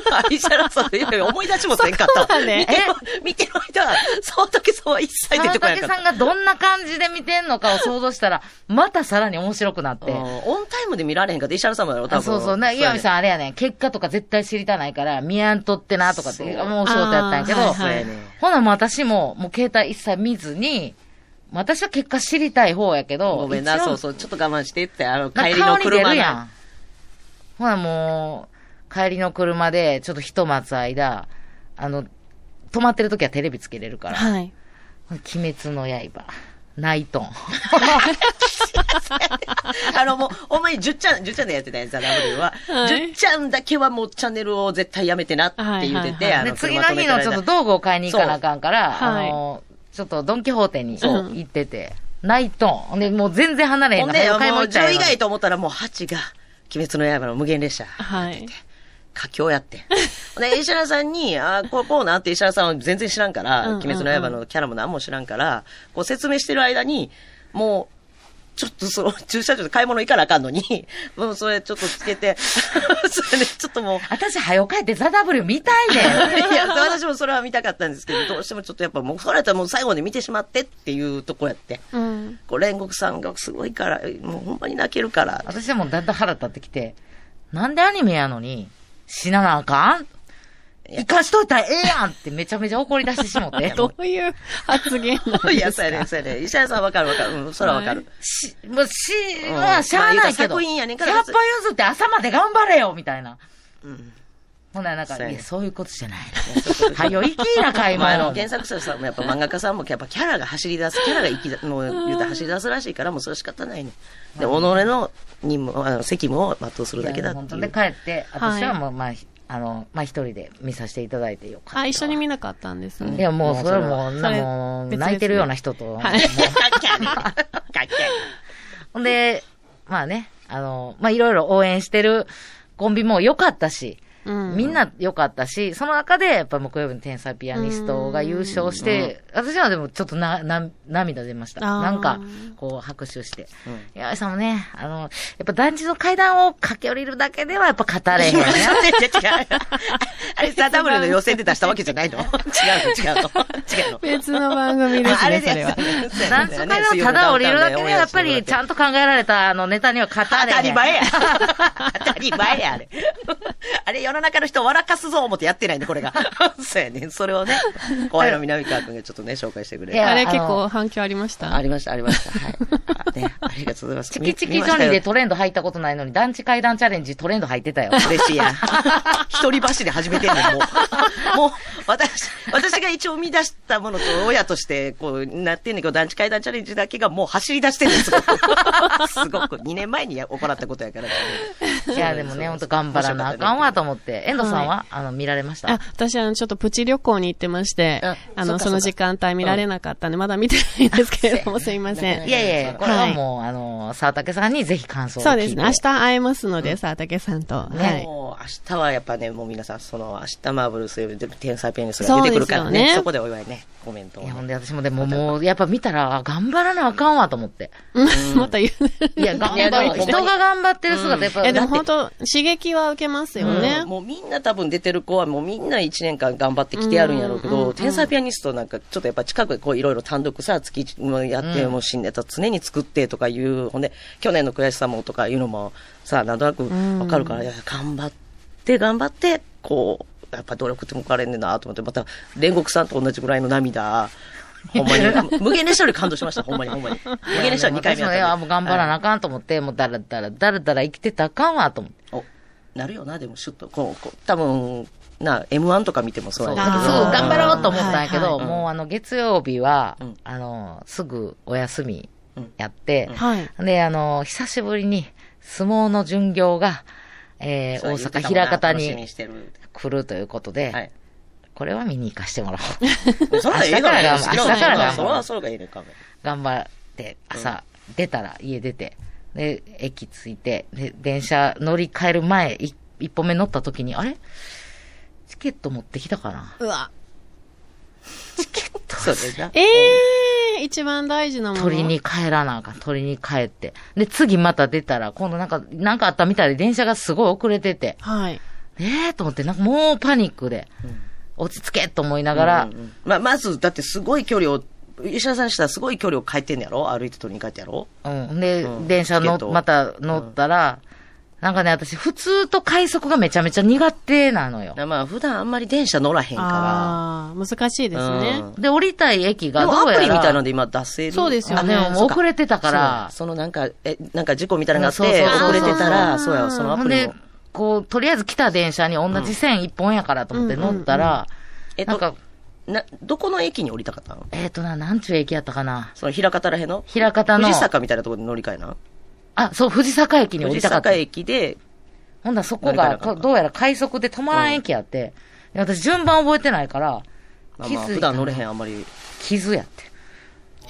Speaker 4: た。
Speaker 3: 石原さん、いやいや思い出しもせんかった。
Speaker 5: そうだ
Speaker 3: 見
Speaker 5: ね
Speaker 3: てる、見てる間は、その時そうは一切出
Speaker 4: 沢
Speaker 3: てこなか
Speaker 4: 竹
Speaker 3: った
Speaker 4: さん。がどんな感じで見てんのかを想像したら、またさらに面白くなって。
Speaker 3: うんオンタイムで見られへんかった石原さんもやろ、多
Speaker 4: あ
Speaker 3: 分。
Speaker 4: そうそう。な、岩見
Speaker 3: ん。
Speaker 4: さんあれやねん。結果とか絶対知りたないから、見やんとってな、とかって、
Speaker 3: そう
Speaker 4: もうお仕事やったんやけど、
Speaker 5: あーはいはい
Speaker 3: そうやね。
Speaker 4: ほな、もう私も、もう携帯一切見ずに、まあ私は結果知りたい方やけど、
Speaker 3: ごめんな、
Speaker 4: 一応
Speaker 3: そうそう、ちょっと我慢してって、あの、
Speaker 4: な
Speaker 3: 帰りの
Speaker 4: 顔に出
Speaker 3: 車
Speaker 4: る
Speaker 3: で。
Speaker 4: やん。ほな、もう、帰りの車で、ちょっとひと待つ間、あの、止まってる時はテレビつけれる
Speaker 5: [LAUGHS]
Speaker 4: から、
Speaker 5: はい。
Speaker 4: 鬼滅の刃、ナイトン。
Speaker 3: [LAUGHS] あの、もう、お前、じゅっちゃん、じゅっちゃんでやってたやつだ、W
Speaker 4: [LAUGHS]
Speaker 3: は。
Speaker 5: は
Speaker 3: じ
Speaker 5: い
Speaker 3: ゅっちゃんだけはもうチャンネルを絶対やめてなって言って
Speaker 5: はいはい
Speaker 3: て、あ
Speaker 4: で、
Speaker 3: の、
Speaker 4: 次の日のちょっと道具を買いに行かなあかんから、
Speaker 5: そう
Speaker 4: あの、ちょっとドンキホーテに
Speaker 5: そう
Speaker 4: 行ってて、ナイトン。で、もう全然離れへん
Speaker 3: ほん
Speaker 4: の。
Speaker 3: で、
Speaker 4: 早く買い
Speaker 3: もう
Speaker 4: 物行ったら
Speaker 3: 10
Speaker 4: ええ
Speaker 3: 以
Speaker 4: のに
Speaker 3: 外と思ったらもう8が、鬼滅の刃の無限列車。
Speaker 5: はい。
Speaker 3: 佳境やってん。 [LAUGHS] ほんで、石原さんに、あーこう、こうなって石原さんは全然知らんから、
Speaker 5: うんうんうん
Speaker 3: 鬼滅の刃のキャラも何も知らんから、こう説明してる間に、もう、ちょっとその、 [LAUGHS] 駐車場で買い物行かなあかんのに、 [LAUGHS] もうそれちょっとつけて、 [LAUGHS] それでちょっともう、 [LAUGHS]
Speaker 4: 私、早く帰ってザ・ダブル見たいねん。
Speaker 3: いや、私もそれは見たかったんですけど、どうしてもちょっとやっぱもう、それやったらもう最後まで見てしまってっていうとこやって。
Speaker 5: うん。
Speaker 3: こう、煉獄さんがすごいから、もうほんまに泣けるから。
Speaker 4: 私でもだんだん腹立ってきて、なんでアニメやのに死ななあかん生かしといたらええやんってめちゃめちゃ怒り出してしも
Speaker 3: [LAUGHS]
Speaker 4: って。
Speaker 5: どういう発言なの
Speaker 3: [LAUGHS] いや、そうやねんそうやねん石原さんわかるわかる。うん、それはわかる。
Speaker 4: し、もうし、
Speaker 3: うん
Speaker 4: まあ、しゃあないけ
Speaker 3: まあ言うたら
Speaker 4: ど。
Speaker 3: 作品やねんから
Speaker 4: 百歩譲って朝まで頑張れよみたいな。
Speaker 3: うん。
Speaker 4: ほんならなんか、
Speaker 3: そうや
Speaker 4: い
Speaker 3: ね
Speaker 4: や、そういうことじゃない。
Speaker 3: そういうこと
Speaker 4: はよ、行きな、買い
Speaker 3: まあ、あ
Speaker 4: 物
Speaker 3: の。原作者さんもやっぱ漫画家さんもやっぱキャラが走り出す、キャラが生きだ、もう言うたら走り出すらしいからもうそれは仕方ないね。で、己の任務、あの責務を全うするだけだ
Speaker 4: いや
Speaker 3: っ
Speaker 4: 本
Speaker 3: て
Speaker 4: 当
Speaker 3: い
Speaker 4: で
Speaker 3: う
Speaker 4: 帰。って、
Speaker 5: はい
Speaker 4: 私はもう、まあ、ひあの、まあ、一人で見させていただいてよかったわ。
Speaker 5: あ、一緒に見なかったんです
Speaker 4: い
Speaker 5: ね。
Speaker 4: や、もう、それはもう、
Speaker 5: そ
Speaker 4: な
Speaker 5: れ
Speaker 4: も
Speaker 5: 別
Speaker 4: う、
Speaker 5: 々
Speaker 4: 泣いてるような人と。
Speaker 5: はい
Speaker 3: かっけえねかっけえ
Speaker 4: ほんで、まあね、あの、まあ、いろいろ応援してるコンビも良かったし、
Speaker 5: うん
Speaker 4: みんな良かったし、その中で、やっぱ木曜日の天才ピアニストが優勝して、私はでもちょっとな、な、涙出ました。
Speaker 5: あー
Speaker 4: なんか、こう、拍手して。
Speaker 3: うん
Speaker 4: 岩井さんもね、あの、やっ [LAUGHS] ぱ団地の階段を駆け下りるだけでは、やっぱ語れへんね。
Speaker 3: 今のね違うあれ、タダブルの予選で出したわけじゃないの違うの、違うの。違うの。
Speaker 5: 別の番組ですね、それは。
Speaker 4: ダンス界をただ降りるだけで、やっぱりちゃんと考えられたあのネタには勝た
Speaker 3: 当
Speaker 4: れへん
Speaker 3: たり前や。 [LAUGHS] 当たり前や、あれ。 [LAUGHS] あれ、世の中の人を笑かすぞ思ってやってないんで、これが。 [LAUGHS] そうやねん。それをね、後輩の南川くんがちょっとね、紹介してくれ
Speaker 4: いや
Speaker 5: あ
Speaker 3: て。
Speaker 5: れ結構反響ありました
Speaker 3: ありました、ありました。はい。あね、ありがとうございます。
Speaker 4: チキチキジョニーで
Speaker 3: と。
Speaker 4: トレンド入ったことないのに、団地階段チャレンジトレンド入って [LAUGHS] たよ。
Speaker 3: 嬉しい [LAUGHS] やん。一人走り始めてんねん、もう。 [LAUGHS] もう、私、私が一応生み出したものと親として、こう、なってんねんけど、団地階段チャレンジだけがもう走り出してるんですよ。 [LAUGHS] すごく。2年前にや行ったことやから、
Speaker 4: いや、でもね、ほんと頑張らなあかんわと思って。遠藤さんは、あの、見られました
Speaker 5: あ、私はちょっとプチ旅行に行ってまして、
Speaker 3: あそ
Speaker 5: あ
Speaker 3: っ
Speaker 5: の、
Speaker 3: か
Speaker 5: そ
Speaker 3: そっか
Speaker 5: の時間帯見られなかったんで、まだ見てないんですけれ
Speaker 3: [LAUGHS]
Speaker 5: ども、すいません。
Speaker 4: いやいや、これはもう、あの、沢竹さんにぜひ感想を聞いて。
Speaker 5: そうですね。明日会えますので、さあ、竹さんと。はい。
Speaker 3: もう明日はやっぱね、もう皆さん、その明日マーブルス、天才ペニスが出てくるから
Speaker 5: そうです
Speaker 3: ね、
Speaker 5: よ
Speaker 3: そ
Speaker 5: ね
Speaker 3: こでお祝いね、コメントを
Speaker 4: いや、ほんで私もでももう、やっぱ見たら、あ頑張らなあかんわと思って。
Speaker 5: うん [LAUGHS] また言う。
Speaker 4: いや、頑張ろう。人が頑張ってる姿、やっぱ、
Speaker 5: え、でも
Speaker 4: だ
Speaker 5: 本
Speaker 4: って
Speaker 5: 当刺激は受けますよね。
Speaker 3: もうみんな多分出てる子はもうみんな1年間頑張ってきてやるんやろうけど、天才ピアニストなんかちょっとやっぱ近くでこういろいろ単独さ、月1もやって、もう新ネタ常に作ってとかいう、ほんで、去年の悔しさもとかいうのもさ、なんとなくわかるから、いや頑張って頑張って、こう、やっぱ努力って報われんねんなと思って、また煉獄さんと同じぐらいの涙、ほんまに。無限列車より感動しました、ほんまに、ほんまに。無限列車は2回目
Speaker 4: 私もね、
Speaker 3: や
Speaker 4: あ、
Speaker 3: ったん
Speaker 4: もう
Speaker 3: で
Speaker 4: 頑張らなあかんと思って、もうだらだら、だらだら生きてたらあかんわと思って。
Speaker 3: おなるよな、でもシュッと。こう、こう多分、な、M1 とか見てもそう
Speaker 4: そう。
Speaker 3: や
Speaker 4: すぐ
Speaker 3: ねんけど
Speaker 4: 頑張ろうと思ったんやけど、
Speaker 3: はい
Speaker 4: もうあの、月曜日は
Speaker 3: うん、
Speaker 4: あの、すぐお休みやって、
Speaker 5: はい。
Speaker 4: で、あの、久しぶりに、相撲の巡業が、えー、
Speaker 3: そう
Speaker 4: 大
Speaker 3: 言って
Speaker 4: 阪
Speaker 3: たもんな
Speaker 4: 平方
Speaker 3: 楽しみ
Speaker 4: に
Speaker 3: してる
Speaker 4: 来るということ
Speaker 3: は
Speaker 4: で
Speaker 3: い、
Speaker 4: これは見に行かしてもら
Speaker 3: [LAUGHS]
Speaker 4: お
Speaker 3: そん
Speaker 4: う。
Speaker 3: なんええ
Speaker 4: 明日から
Speaker 3: がん
Speaker 4: が明日からが
Speaker 3: それはそれがええねんかも
Speaker 4: 頑張って、朝、出たら、家出て、で、駅着いて、で、電車乗り換える前、い一歩目乗った時に、あれチケット持ってきたかな
Speaker 5: うわ。
Speaker 3: そうですな
Speaker 5: ええー、一番大事なもの。
Speaker 4: 取りに帰らなあかん。取りに帰って。で、次また出たら、今度なんか、なんかあったみたいで電車がすごい遅れてて、
Speaker 5: はい。
Speaker 4: ええー、と思って、なんかもうパニックで、落ち着けと思いながら、
Speaker 3: うんうんまあまずだってすごい距離を吉田さんしたらすごい距離を変えてんのやろ歩いて取りに帰ってやろ
Speaker 4: うん。で、
Speaker 3: うん
Speaker 4: 電車
Speaker 3: チケット
Speaker 4: の、また乗ったら、なんかね、私、普通と快速がめちゃめちゃ苦手なのよ。
Speaker 3: まあ普段あんまり電車乗らへんか
Speaker 5: ああー、難しいで
Speaker 3: ら。
Speaker 5: すね
Speaker 3: う。ん
Speaker 4: で、降りたい駅
Speaker 3: で
Speaker 4: が
Speaker 3: も
Speaker 4: ど
Speaker 3: ア
Speaker 4: う
Speaker 3: プ
Speaker 4: や
Speaker 3: リみ
Speaker 4: ら。
Speaker 3: たいので今出せる。
Speaker 5: そうですよ
Speaker 4: あ、で
Speaker 5: ね。
Speaker 4: ももう遅れてた
Speaker 3: そ
Speaker 4: か
Speaker 3: う
Speaker 4: ら。
Speaker 3: そのなんか、え、なんか事故みたいなのがあっ
Speaker 4: そう
Speaker 3: て、
Speaker 4: そうそう
Speaker 3: 遅
Speaker 4: そう
Speaker 3: れてたら、そうや、そのア
Speaker 4: ほん
Speaker 3: プリ
Speaker 4: で
Speaker 3: も。、
Speaker 4: こう、とりあえず来た電車に同じ線一本やからと思って乗ったら、
Speaker 3: えっ
Speaker 4: なん
Speaker 3: と
Speaker 4: か、、
Speaker 3: な、どこの駅に降りたかったの
Speaker 4: えっ、とな、なんちゅう駅やったかな。
Speaker 3: その平方らへんの
Speaker 4: 平方の
Speaker 3: 藤坂みたいなところで乗り換えな。
Speaker 4: あ、そう、藤坂駅に降
Speaker 3: 藤
Speaker 4: りたかった
Speaker 3: 坂。駅で、
Speaker 4: ほんだらそこ
Speaker 3: 乗り換えな
Speaker 4: が、
Speaker 3: かった
Speaker 4: こどうやら快速で止まらん駅やって、で私順番覚えてないから、
Speaker 3: まあ
Speaker 4: 気
Speaker 3: まあ
Speaker 4: づ
Speaker 3: 普
Speaker 4: いた
Speaker 3: 段
Speaker 4: の
Speaker 3: 乗れへん、あんまり。
Speaker 4: 傷やって。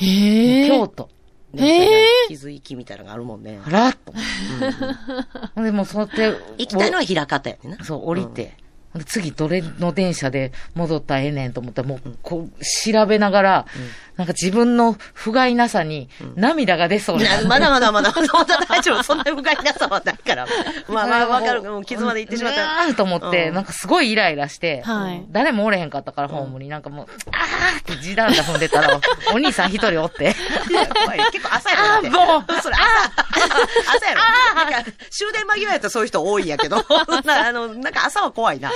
Speaker 5: ええ
Speaker 4: 京都。
Speaker 3: ね気づきみたいなのがあるもんね
Speaker 4: あ。らっと思って。ほんで、もうそうやって、
Speaker 3: 行きたいのは平方やねんな。
Speaker 4: そう、降りて。ほんで次、どれの電車で戻ったらええねんと思ったら、もう、こう、調べながら、なんか自分の不甲斐なさに、涙が出そうになって
Speaker 3: なまだまだまだまだまだ大丈夫。そんな不甲斐なさはないから。まあまあわかる。もう傷まで行ってしまっ
Speaker 4: うわ
Speaker 3: た。
Speaker 4: ーと思って、
Speaker 3: うん
Speaker 4: なんかすごいイライラして、
Speaker 5: はい
Speaker 4: 誰もおれへんかったから、ホームになんかもう、あーって地団が踏んで
Speaker 3: [LAUGHS]
Speaker 4: たら、お兄さん一人おって、
Speaker 3: 怖い結構朝やろ。だって
Speaker 4: あーもう
Speaker 3: それ朝。朝やろ。なんか終電間際やったらそういう人多いんやけど。なあの、なんか朝は怖いな。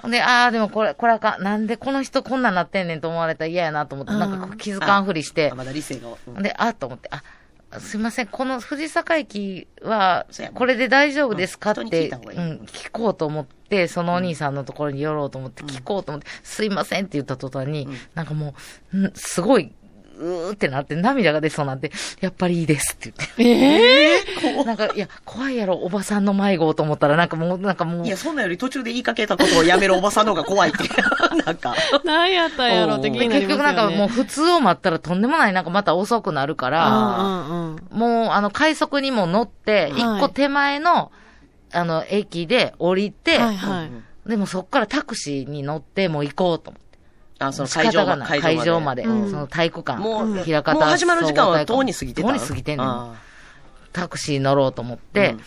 Speaker 4: ほんで、あーでもこれ、これあかん。なんでこの人こんなんなってんねんと思われたら嫌やなと思って、なんかこう気づかんふりし
Speaker 3: う
Speaker 4: て
Speaker 3: んあ、まだ理性が。うん
Speaker 4: ほんで、あーと思って、あ、すいません、この藤坂駅は
Speaker 3: そうや、な
Speaker 4: これで大丈夫ですかっ
Speaker 3: うん人に聞
Speaker 4: て、
Speaker 3: いた方がいい
Speaker 4: うん聞こうと思って、そのお兄さんのところに寄ろうと思って、聞こうと思って、すいませんって言った途端に、なんかもう、んすごい、うーってなって、涙が出そうなんで、やっぱりいいですって言って。なんか、いや、怖いやろ、おばさんの迷子と思ったら、なんかもう、なんかもう
Speaker 3: いや、、そんなより途中で言いかけたことをやめるおばさんの方が怖いって。
Speaker 4: [LAUGHS]
Speaker 3: なんか。
Speaker 5: 何やったんやろうって気に
Speaker 4: 結
Speaker 5: なりますよ、ね。
Speaker 4: 局なんかもう普通を待ったらとんでもないなんかまた遅くなるから、
Speaker 5: うんうんうん。
Speaker 4: もうあの快速にも乗って、
Speaker 5: はい
Speaker 4: 一個手前の、あの駅で降りて、
Speaker 5: はいはい。
Speaker 4: でもそっからタクシーに乗ってもう行こうと思って。
Speaker 3: あ、その
Speaker 4: 仕
Speaker 3: 会
Speaker 4: 方
Speaker 3: 場ま
Speaker 4: がない
Speaker 3: で。
Speaker 4: 会場まで、
Speaker 5: うん
Speaker 4: その体育館、
Speaker 3: もう、
Speaker 4: 平方
Speaker 3: もう始まる時間はとうに過ぎてた
Speaker 4: とうに過ぎてんねん
Speaker 3: あ
Speaker 4: タクシー乗ろうと思って、
Speaker 3: うん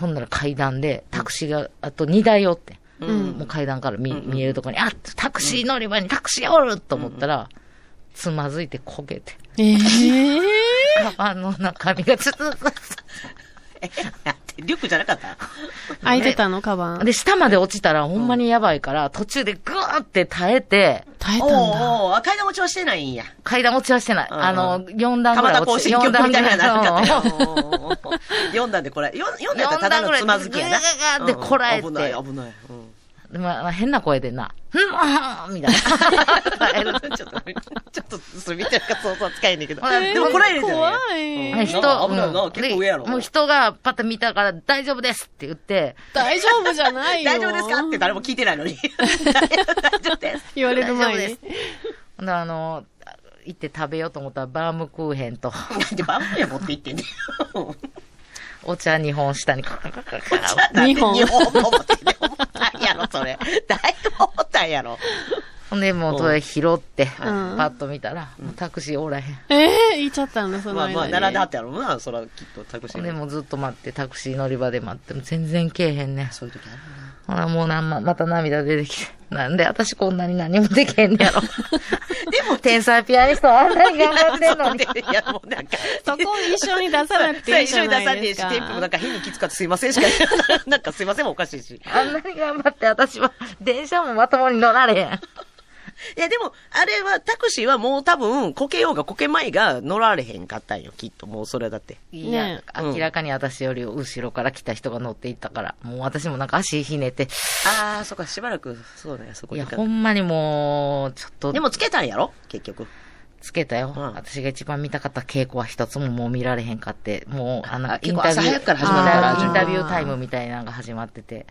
Speaker 4: ほんなら階段で、タクシーがあと2台おって。もう階段から見,、見えるところに、あタクシー乗り場にタクシーおると思ったら、つまずいて焦げて、
Speaker 5: ええ
Speaker 4: カバンの中身がつつ
Speaker 3: リュックじゃなかった
Speaker 5: 開いてたの、カバン。
Speaker 4: で、下まで落ちたらほんまにやばいから、途中でグーって耐えて、
Speaker 5: 耐えた
Speaker 3: お
Speaker 5: んだ。
Speaker 3: うおう、赤いの持ちはしてないんや。
Speaker 4: 階段落ちはしてない。
Speaker 3: うん
Speaker 4: あの、4段
Speaker 3: た
Speaker 4: ぐ
Speaker 3: ま
Speaker 4: らい
Speaker 3: た甲
Speaker 4: 落ち
Speaker 3: 子園曲みたいなのな
Speaker 4: 4
Speaker 3: ん
Speaker 4: 段ぐ
Speaker 3: か
Speaker 4: らい
Speaker 3: あったよ。4段で
Speaker 4: [LAUGHS]
Speaker 3: これ。4段やったらただのつまずきやな。
Speaker 4: 4段ぐらいでこらえて
Speaker 3: うん危ない、危
Speaker 4: [LAUGHS]
Speaker 3: ない。うん
Speaker 4: まあまあ、変な声でな、うん、みたいな。耐える
Speaker 3: ちょっと、ちょっと、それみたいな想像つかへんねんけど。
Speaker 4: ほら
Speaker 3: でもこらえるじゃん。
Speaker 5: 怖
Speaker 3: うん
Speaker 5: い。
Speaker 4: はい
Speaker 3: な
Speaker 4: 人、
Speaker 3: んか危ないな
Speaker 4: うん
Speaker 3: 結構上やろ
Speaker 4: でもう人がパッと見たから大丈夫ですって言って、
Speaker 5: 大丈夫じゃないよ。
Speaker 3: 大丈夫ですかって誰も聞いてないのに。 [LAUGHS] 大丈夫です。
Speaker 5: 言われる
Speaker 4: 大丈夫
Speaker 5: 前
Speaker 4: で
Speaker 5: に
Speaker 4: す。ほんであの、行って食べようと思ったらバームクーヘンと
Speaker 3: なんでバンバン持って行ってんねん。
Speaker 4: お茶2本下にカカカカカ
Speaker 5: 二本
Speaker 3: 日本も持ってね。重たいやろ、それ。だいぶ重たいやろ。
Speaker 4: ほんでもうそれ拾って、パ
Speaker 5: ん
Speaker 4: ッと見たら、もうタクシーおらへん。
Speaker 5: ええ言っちゃったんだ、その
Speaker 3: まあま
Speaker 5: 間
Speaker 3: あ、
Speaker 5: に。
Speaker 3: 並んではったやろうな、そら、きっと、タクシ
Speaker 4: ほ
Speaker 3: ー
Speaker 4: ん
Speaker 3: に
Speaker 4: でもうずっと待って、タクシー乗り場で待っても全然来えへんねん。
Speaker 3: そういう時あるな。
Speaker 4: ほらもうなんま、また涙出てきて。なんで私こんなに何も [LAUGHS] できへんねやろ。でも、天才ピアニストあんなに頑張ってんのに。
Speaker 3: いや、もうなんか。
Speaker 5: そこを一緒に出さなく
Speaker 3: そ
Speaker 5: て
Speaker 3: れ
Speaker 5: いい
Speaker 3: 一
Speaker 5: じ
Speaker 3: 緒
Speaker 5: ゃ
Speaker 3: に出
Speaker 5: な
Speaker 3: さ
Speaker 5: い
Speaker 3: ねえ
Speaker 5: で
Speaker 3: し、
Speaker 5: す
Speaker 3: テ
Speaker 5: か。
Speaker 3: ープもなんか変にきつかったすいませんしか言わない [LAUGHS] なんかすいませんもおかしいし。
Speaker 4: [LAUGHS] あんなに頑張って私は電車もまともに乗られへん。
Speaker 3: いやでも、あれは、タクシーはもう多分、こけようがこけまいが乗られへんかったんよ、きっと。もうそれだって。
Speaker 4: いや、
Speaker 5: ね
Speaker 3: うん
Speaker 4: 明らかに私より後ろから来た人が乗っていったから、もう私もなんか足ひねって、
Speaker 3: ああ、そっか、しばらく、そうね、そこ
Speaker 4: い
Speaker 3: に
Speaker 4: や、
Speaker 3: 行か
Speaker 4: ほんまにもう、ちょっと、
Speaker 3: でもつけたんやろ結局。
Speaker 4: つけたよ、
Speaker 3: うん
Speaker 4: 私が一番見たかった稽古は一つももう見られへんかって、もう、あの
Speaker 3: あ、結構朝早くから始まるから
Speaker 4: インタビューインタビュータイムみたいなのが始まってて、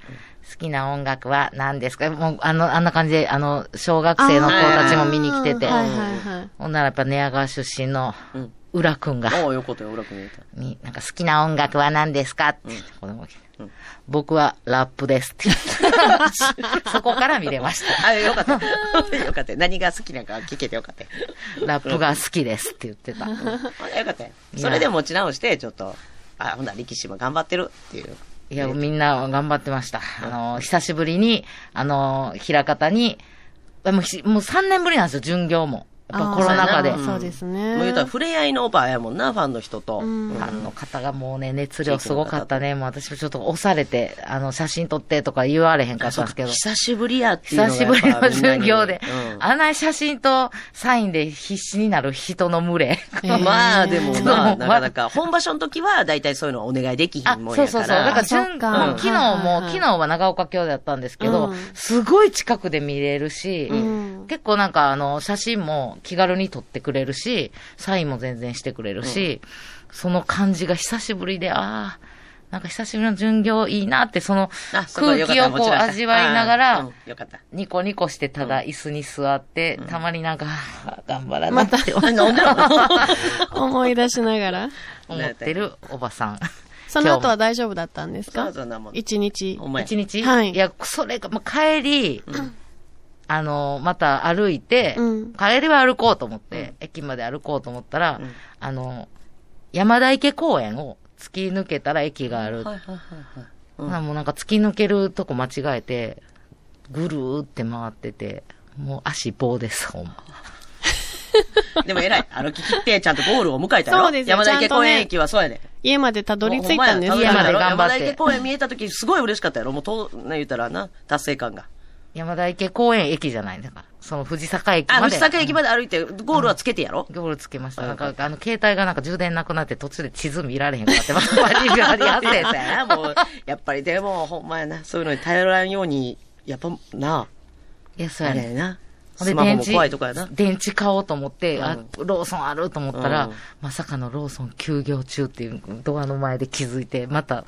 Speaker 4: 好きな音楽は何ですかもう、あの、あんな感じで、あの、小学生の子たちも見に来てて、
Speaker 5: はいはいはい。
Speaker 4: ほんならやっぱ寝屋川出身の
Speaker 3: [LAUGHS] うん、
Speaker 4: 浦くんが、
Speaker 3: ああ、よかったよ、裏く見えた。
Speaker 4: に、なんか好きな音楽は何ですかって言って、子供が来て僕はラップですって
Speaker 3: [LAUGHS]
Speaker 4: 言って。そこから見れまし
Speaker 3: [LAUGHS]
Speaker 4: た。
Speaker 3: あ、よかった。 [LAUGHS] よかった。何が好きなのか聞けてよかった [LAUGHS] よ。
Speaker 4: ラップが好きですって言ってた。
Speaker 3: あよかったよ。それで持ち直して、ちょっと、あ、ほんなら力士も頑張ってるっていう。
Speaker 4: いや、みんな頑張ってました。あの、久しぶりに、あの、平方に、もうひもう3年ぶりなんですよ、巡業も。やっぱコロナ禍で。
Speaker 5: あー
Speaker 4: フ
Speaker 5: そうですね。
Speaker 3: もう言うたら、触れ合いの場やもんな、ファンの人と。
Speaker 4: ァンの方がもうね、熱量すごかったね。もう私もちょっと押されて、あの、写真撮ってとか言われへんかったんですけど。
Speaker 3: 久しぶりやっていうの
Speaker 4: 久
Speaker 3: が
Speaker 4: し
Speaker 3: やっ
Speaker 4: ぶ
Speaker 3: ぱ
Speaker 4: りの巡業で
Speaker 3: みんなに、
Speaker 4: あんな写真とサインで必死になる人の群れ。
Speaker 5: え
Speaker 3: うん
Speaker 5: ー
Speaker 3: まあでもな、
Speaker 4: そう
Speaker 3: なかなか、本場所の時は大体そういうのはお願いできひ
Speaker 4: あ、
Speaker 3: んもん
Speaker 4: そ
Speaker 3: や
Speaker 4: う
Speaker 3: か
Speaker 4: そうそう。
Speaker 3: ら。
Speaker 4: だから、
Speaker 5: そ
Speaker 4: 瞬
Speaker 5: っか
Speaker 4: 間、昨
Speaker 5: は
Speaker 4: 日
Speaker 5: いはい
Speaker 4: も
Speaker 5: は、い
Speaker 4: 昨日は長岡京だったんですけど、
Speaker 5: うん
Speaker 4: すごい近くで見れるし、
Speaker 5: うん
Speaker 4: 結構なんか、あの、写真も気軽に撮ってくれるし、サインも全然してくれるし、その感じが久しぶりで、ああ、なんか久しぶりの巡業いいなって、その
Speaker 3: あそこ
Speaker 4: 空
Speaker 3: よかっ
Speaker 4: 気
Speaker 3: た
Speaker 4: をこう味わいなが
Speaker 3: あー
Speaker 4: ら
Speaker 3: うん、よかった。
Speaker 4: ニコニコしてただ椅子に座って、たまになんか、あー頑張らなって思
Speaker 3: 飲んでる
Speaker 4: [LAUGHS]
Speaker 5: 思い出しながら。
Speaker 4: ってるおばさん。
Speaker 5: その後は大丈夫だったんで
Speaker 3: そ
Speaker 5: すか
Speaker 3: うそうなもん
Speaker 5: 一日
Speaker 3: お。前。
Speaker 4: 一日
Speaker 5: はい
Speaker 4: や、それが、まあ、帰り、あの、また歩いて、
Speaker 5: うん
Speaker 4: 帰りは歩こうと思って、駅まで歩こうと思ったら、あの、山田池公園を突き抜けたら駅があ
Speaker 3: は
Speaker 4: る。
Speaker 3: いはいはいはい
Speaker 4: まあもうなんか突き抜けるとこ間違えて、ぐるーって回ってて、もう足棒です、ほんま。
Speaker 3: でも偉い。歩き切って、ちゃんとゴールを迎えたよ。
Speaker 5: そうですよ
Speaker 3: 山田
Speaker 5: ちゃ
Speaker 3: 池
Speaker 5: んと
Speaker 3: 公
Speaker 5: ね
Speaker 3: 園駅はそうやね。
Speaker 5: 家までたどり着いたんです
Speaker 4: ほんまや
Speaker 5: か
Speaker 4: 家まで頑張
Speaker 3: 山
Speaker 4: って
Speaker 3: 田池公園見えた時、すごい嬉しかったやろ。もう、と、ね、言うたらな、達成感が。
Speaker 4: 山田池公園駅じゃないんだから、その藤坂駅
Speaker 3: あ、
Speaker 4: まで。
Speaker 3: 藤坂駅まで歩いて、ゴールはつけてやろ。
Speaker 4: ゴールつけました。
Speaker 3: うん
Speaker 4: なんか、あの、携帯がなんか充電なくなって途中で地図見られへんかって、まじであり [LAUGHS] やって
Speaker 3: そうやなもう、やっぱりでも、ほんまやな。そういうのに頼らんように、やっぱ、な、
Speaker 4: いや、そう
Speaker 3: あ
Speaker 4: や
Speaker 3: れ
Speaker 4: ね
Speaker 3: や。な。
Speaker 4: ほんで
Speaker 3: スマホも怖いとかやな。
Speaker 4: 電池買おうと思って、あ
Speaker 3: うん
Speaker 4: ローソンあると思ったら、
Speaker 3: うん
Speaker 4: まさかのローソン休業中っていうドアの前で気づいて、また、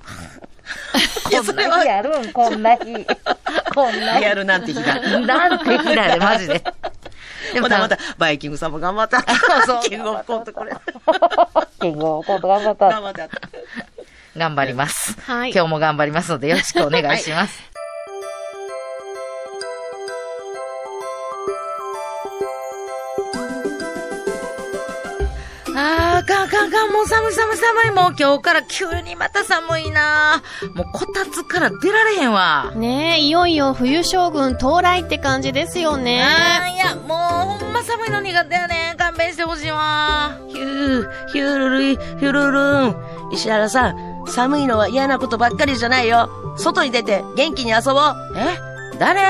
Speaker 4: こんな日やるん、こん [LAUGHS] な日。こんな
Speaker 3: リア
Speaker 4: 日。
Speaker 3: ルなんて日が。
Speaker 4: [LAUGHS] なんて日だよ、マジ [LAUGHS] で。
Speaker 3: まだまだ、バイキングさんも頑張った。
Speaker 4: [LAUGHS] そう
Speaker 3: キングオブコントこれ。
Speaker 4: キングオブコント頑張った。
Speaker 3: 頑張った。
Speaker 4: 頑張ります。
Speaker 5: はい
Speaker 4: 今日も頑張りますので、よろしくお願いします。あー、かんあかんあかん、もう寒い寒い寒い、もう今日から急にまた寒いなもうこたつから出られへんわ。
Speaker 5: ねえ、いよいよ冬将軍到来って感じですよね。
Speaker 4: あーいや、もうほんま寒いの苦手やねん。勘弁してほしいわ。
Speaker 3: ヒュー、ヒュルルイ、ヒュルルン。石原さん、寒いのは嫌なことばっかりじゃないよ。外に出て元気に遊ぼう。え誰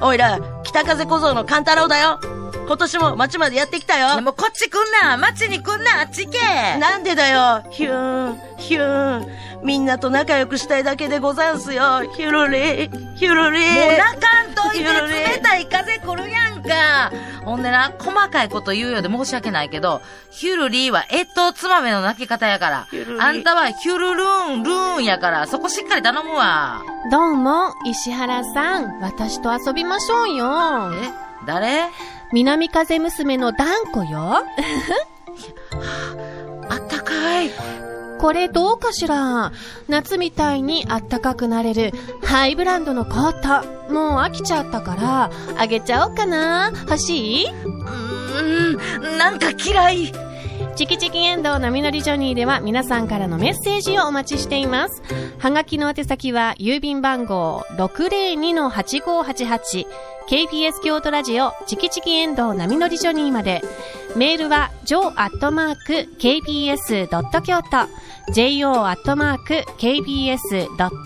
Speaker 3: おいら、北風小僧の勘太郎だよ。今年も町までやってきた
Speaker 4: いや
Speaker 3: よ。
Speaker 4: もうこっち来んな、街に来んな、あっち行け。
Speaker 3: なんでだよ。ヒューン、ヒューン。みんなと仲良くしたいだけでござんすよ。ヒュルリ、ヒュルリ。
Speaker 4: もう泣かんといて
Speaker 3: ゆるり
Speaker 4: 冷たい風来るやんか。ほんでな、細かいこと言うようで申し訳ないけど、ヒュルリーは越冬つまめの泣き方やから
Speaker 3: ヒュルリ。
Speaker 4: あんたはヒュルルン、ルーンやから、そこしっかり頼むわ。
Speaker 5: どうも、石原さん、私と遊びましょうよ。
Speaker 4: え誰
Speaker 5: 南風娘のダンコよ。
Speaker 4: あったかい。
Speaker 5: これどうかしら夏みたいにあったかくなれるハイブランドのコート。もう飽きちゃったから、あげちゃおうかな。欲しいう
Speaker 4: ーん、なんか嫌い。
Speaker 5: チキチキエンドウ波乗りジョニーでは皆さんからのメッセージをお待ちしています。はがきの宛先は郵便番号 602-8588KBS 京都ラジオチキチキエンドウ波乗りジョニーまで。メールは jo.kbs.kyoto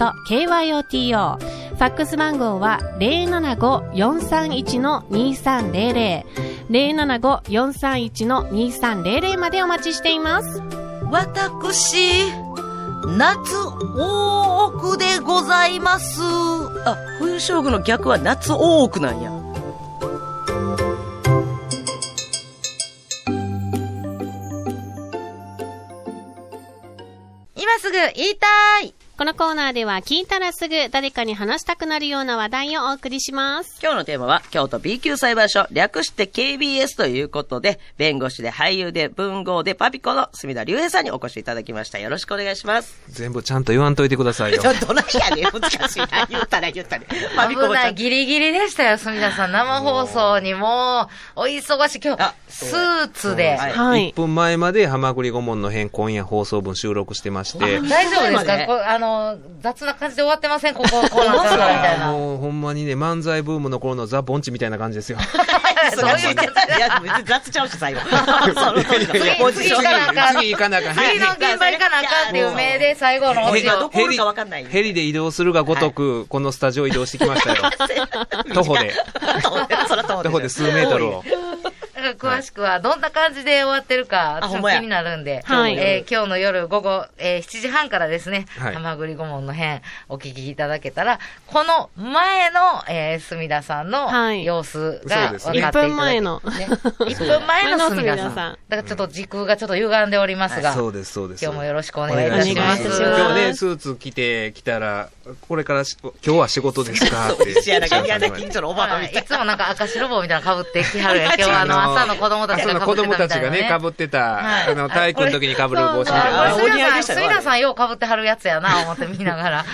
Speaker 5: jo.kbs.kyoto ファックス番号は075-431-2300 075-431-2300までお待ちしています。
Speaker 3: 私、夏大奥でございます。あ、冬将軍の逆は夏大奥なんや。
Speaker 1: 今すぐ言いたい
Speaker 5: このコーナーでは聞いたらすぐ誰かに話したくなるような話題をお送りします。
Speaker 3: 今日のテーマは、京都 B 級裁判所、略して KBS ということで、弁護士で俳優で文豪でパピコの隅田隆平さんにお越しいただきました。よろしくお願いします。
Speaker 8: 全部ちゃんと言わんといてくださいよ
Speaker 4: [LAUGHS]
Speaker 3: ち。ょ、どないやねん難しいな。言ったら言ったら。パピ
Speaker 4: 危
Speaker 3: コもち
Speaker 4: な
Speaker 3: ゃ
Speaker 4: い、
Speaker 3: んと
Speaker 4: ギリギリでしたよ、隅田さん。生放送にもう、お忙しい。今日
Speaker 3: あ、
Speaker 4: スーツで。
Speaker 3: はい
Speaker 5: はい
Speaker 8: 1。分前まで、ハマグリ顧問の編、今夜放送分収録してまして。
Speaker 4: 大丈夫です
Speaker 3: そうだね
Speaker 4: かこあの、雑な感じで終わってませんここ、コーナーコーナーみたいな。
Speaker 8: もうほんまにね、漫才ブームの頃のザ・ボンチみたいな感じですよ。
Speaker 3: そういうこといや、別に雑ちゃうし、最
Speaker 8: [LAUGHS]
Speaker 3: 後。その通りだ
Speaker 4: [LAUGHS] 次
Speaker 8: ポジ
Speaker 4: 次
Speaker 8: ショ
Speaker 4: 行
Speaker 8: ン
Speaker 4: かなあかん。
Speaker 8: 次行かなあかん
Speaker 4: 次の現場行かなあかんっていう名で最後のオ
Speaker 3: ヘ
Speaker 4: チ
Speaker 3: リ
Speaker 4: を
Speaker 3: がどこおるかわかんない
Speaker 8: ヘリで移動するがごとく、このスタジオ移動してきま
Speaker 4: [LAUGHS]
Speaker 8: したよ。徒歩で。
Speaker 3: そらと思って
Speaker 8: 徒歩で数メートルを。
Speaker 4: だから詳しくはどんな感じで終わってるか、
Speaker 3: あ
Speaker 4: ち
Speaker 3: ほ
Speaker 4: ょ
Speaker 3: ん
Speaker 4: っ
Speaker 3: ま
Speaker 4: と
Speaker 3: や
Speaker 4: 気になるんで、
Speaker 5: はい
Speaker 4: えー今日の夜午後、えー7時半からですね、
Speaker 8: はい
Speaker 4: はまぐり顧問の編お聞きいただけたら、この前の、えー、隅田さん
Speaker 5: は
Speaker 4: の
Speaker 5: い
Speaker 4: 様子が
Speaker 8: そう
Speaker 4: 分
Speaker 8: です
Speaker 4: かっ
Speaker 8: ね
Speaker 4: ていただ
Speaker 5: 1
Speaker 4: け
Speaker 5: 分前の。
Speaker 4: ね、1分前の
Speaker 5: [LAUGHS]
Speaker 4: 隅田
Speaker 5: 前の隅田さ
Speaker 4: さ
Speaker 5: ん
Speaker 4: ん。だからちょっと時空がちょっと歪んでおりますが、
Speaker 8: そうです、そうです。
Speaker 4: 今日もよろしくお
Speaker 8: お
Speaker 4: 願いいたします。
Speaker 5: お願いし
Speaker 8: 今
Speaker 5: ます
Speaker 8: 日ね、スーツ着てきたら、これからし、今日は仕事ですかって。
Speaker 3: 石原が嫌な近所のおばあ
Speaker 4: は
Speaker 3: み
Speaker 4: い、
Speaker 3: た
Speaker 4: い
Speaker 3: い
Speaker 4: つもなんか赤白帽みたいなの被ってきはるやん。今日はあの朝の子供たち
Speaker 8: 朝
Speaker 4: が
Speaker 8: の
Speaker 4: 被っ
Speaker 8: 子
Speaker 4: てたみ
Speaker 8: 供
Speaker 4: たい
Speaker 8: た
Speaker 4: な、
Speaker 8: ち
Speaker 4: ね。
Speaker 8: がね、被ってた、あの、体育の時に被る帽子みたい
Speaker 3: そう
Speaker 8: な
Speaker 3: そう。
Speaker 4: 杉
Speaker 3: お似合いで
Speaker 4: 田
Speaker 3: した
Speaker 4: さん、
Speaker 3: よ
Speaker 4: 杉田さんよう被ってはるやつやな、思って見
Speaker 3: [LAUGHS]
Speaker 4: ながら。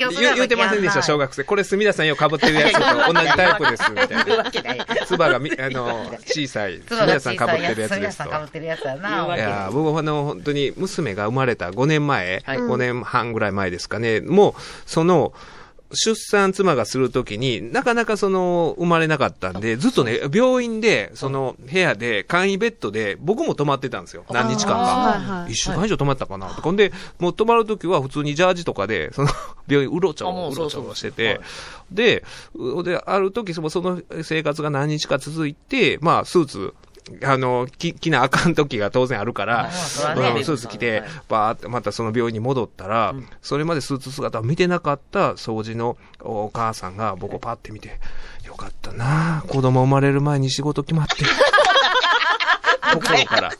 Speaker 4: 今日
Speaker 8: 言う言うてませんでした、小学生。これ、墨田さんよ、被ってるやつと同じタイプです、み
Speaker 3: な。
Speaker 8: た [LAUGHS] い
Speaker 3: 言う
Speaker 8: な。
Speaker 3: わけない。
Speaker 8: つばがみ、あ [LAUGHS] の、小さい、墨
Speaker 4: 杉
Speaker 8: 田
Speaker 4: 田
Speaker 8: さ
Speaker 4: さ
Speaker 8: ん
Speaker 4: ん
Speaker 8: 被
Speaker 4: 被
Speaker 8: って
Speaker 4: っ
Speaker 8: る
Speaker 4: て
Speaker 8: や
Speaker 4: や
Speaker 8: つ
Speaker 4: つ
Speaker 8: で
Speaker 4: や。
Speaker 8: すと。
Speaker 4: さん被ってるやつやな、
Speaker 8: い
Speaker 4: 思って
Speaker 8: やー僕はあの、本当に娘が生まれた5年前、
Speaker 3: はい
Speaker 8: 5年半ぐらい前ですかね、もう、その、出産妻がするときに、なかなかその、生まれなかったんで、ずっとね、病院で、その、部屋で、簡易ベッドで、僕も泊まってたんですよ。何日間
Speaker 5: あーはい
Speaker 8: か
Speaker 5: は。い
Speaker 8: 一週間以上泊まったかな。ほんで、もう泊まるときは普通にジャージとかで、その、病院、うろちょ
Speaker 3: あも
Speaker 8: ろ、
Speaker 3: う
Speaker 8: う
Speaker 3: そう
Speaker 8: ろち
Speaker 3: そう
Speaker 8: ょろしてて、で、うで、ある時、その、その生活が何日か続いて、まあ、スーツ、あの、き、着なあかん時が当然あるから、
Speaker 4: そら
Speaker 3: ね
Speaker 8: うんスーツ着て
Speaker 3: はい、
Speaker 8: ばーってまたその病院に戻ったら、それまでスーツ姿を見てなかった掃除のお母さんが僕をパって見て、よかったなあ子供生まれる前に仕事決
Speaker 3: [LAUGHS]
Speaker 8: まって。心から。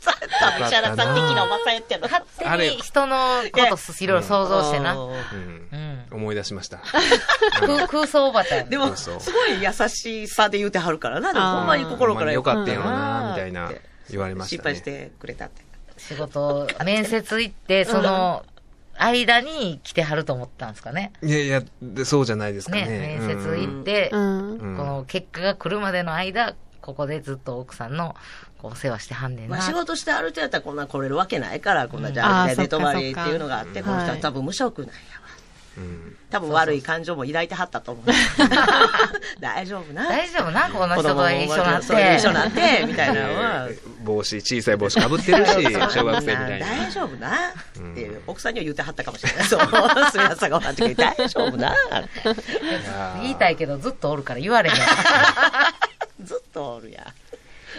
Speaker 3: 石原さん的なおばさんやってるの。
Speaker 8: あれ、
Speaker 4: 人のことすいろいろ想像してな。
Speaker 8: うん
Speaker 4: うん。
Speaker 8: 思い出しま
Speaker 3: [LAUGHS]
Speaker 8: した。
Speaker 4: 空空想おばちゃん。
Speaker 3: で
Speaker 4: でも、
Speaker 3: も、すごい優しさで言うてはるからな。でも
Speaker 5: あー
Speaker 3: ほんまに心から
Speaker 8: よかったよな、みたい
Speaker 3: うん
Speaker 8: な
Speaker 3: って
Speaker 8: 言われまし
Speaker 3: 心
Speaker 8: た
Speaker 3: 配
Speaker 8: ね
Speaker 3: し。てくれたって。
Speaker 4: 仕事、面接行って、その、間に来てはると思ったんですかね。
Speaker 8: いやいや、でそうじゃないですかね。
Speaker 4: ね、
Speaker 8: うん
Speaker 4: 面接行って、
Speaker 5: うん。
Speaker 8: うん
Speaker 4: この結果が来るまでの間、ここでずっと奥さんのこう、世話してはんねん
Speaker 3: ま
Speaker 4: な。
Speaker 3: あ、仕事してある程度やったらこんな来れるわけないから、こんなじ
Speaker 9: あ
Speaker 3: ゃ
Speaker 9: あ
Speaker 3: あ、寝泊まり
Speaker 9: そ
Speaker 3: っ
Speaker 9: ってか
Speaker 3: いうのがあって、この人は
Speaker 9: はい
Speaker 3: 多分無職なんやわ。
Speaker 8: うん
Speaker 3: 多分悪い感情も抱いてはったと思う。大丈夫な。
Speaker 4: 大丈夫な、この
Speaker 3: 子
Speaker 4: 人
Speaker 3: 供
Speaker 4: と
Speaker 3: も
Speaker 4: 一緒になっ
Speaker 3: そう
Speaker 4: て。
Speaker 3: 一緒になって、みたいなのは
Speaker 8: え。ー帽子、小さい帽子かぶって
Speaker 3: [LAUGHS]
Speaker 8: るし、小学生みたいな。
Speaker 3: 大丈夫なっていう、奥さんには言ってはったかもしれない。そう、 [LAUGHS] すみません、ご飯の時に大丈夫なって
Speaker 4: 言いたいけど、ずっとおるから言われへん。
Speaker 3: ずっとおるやん。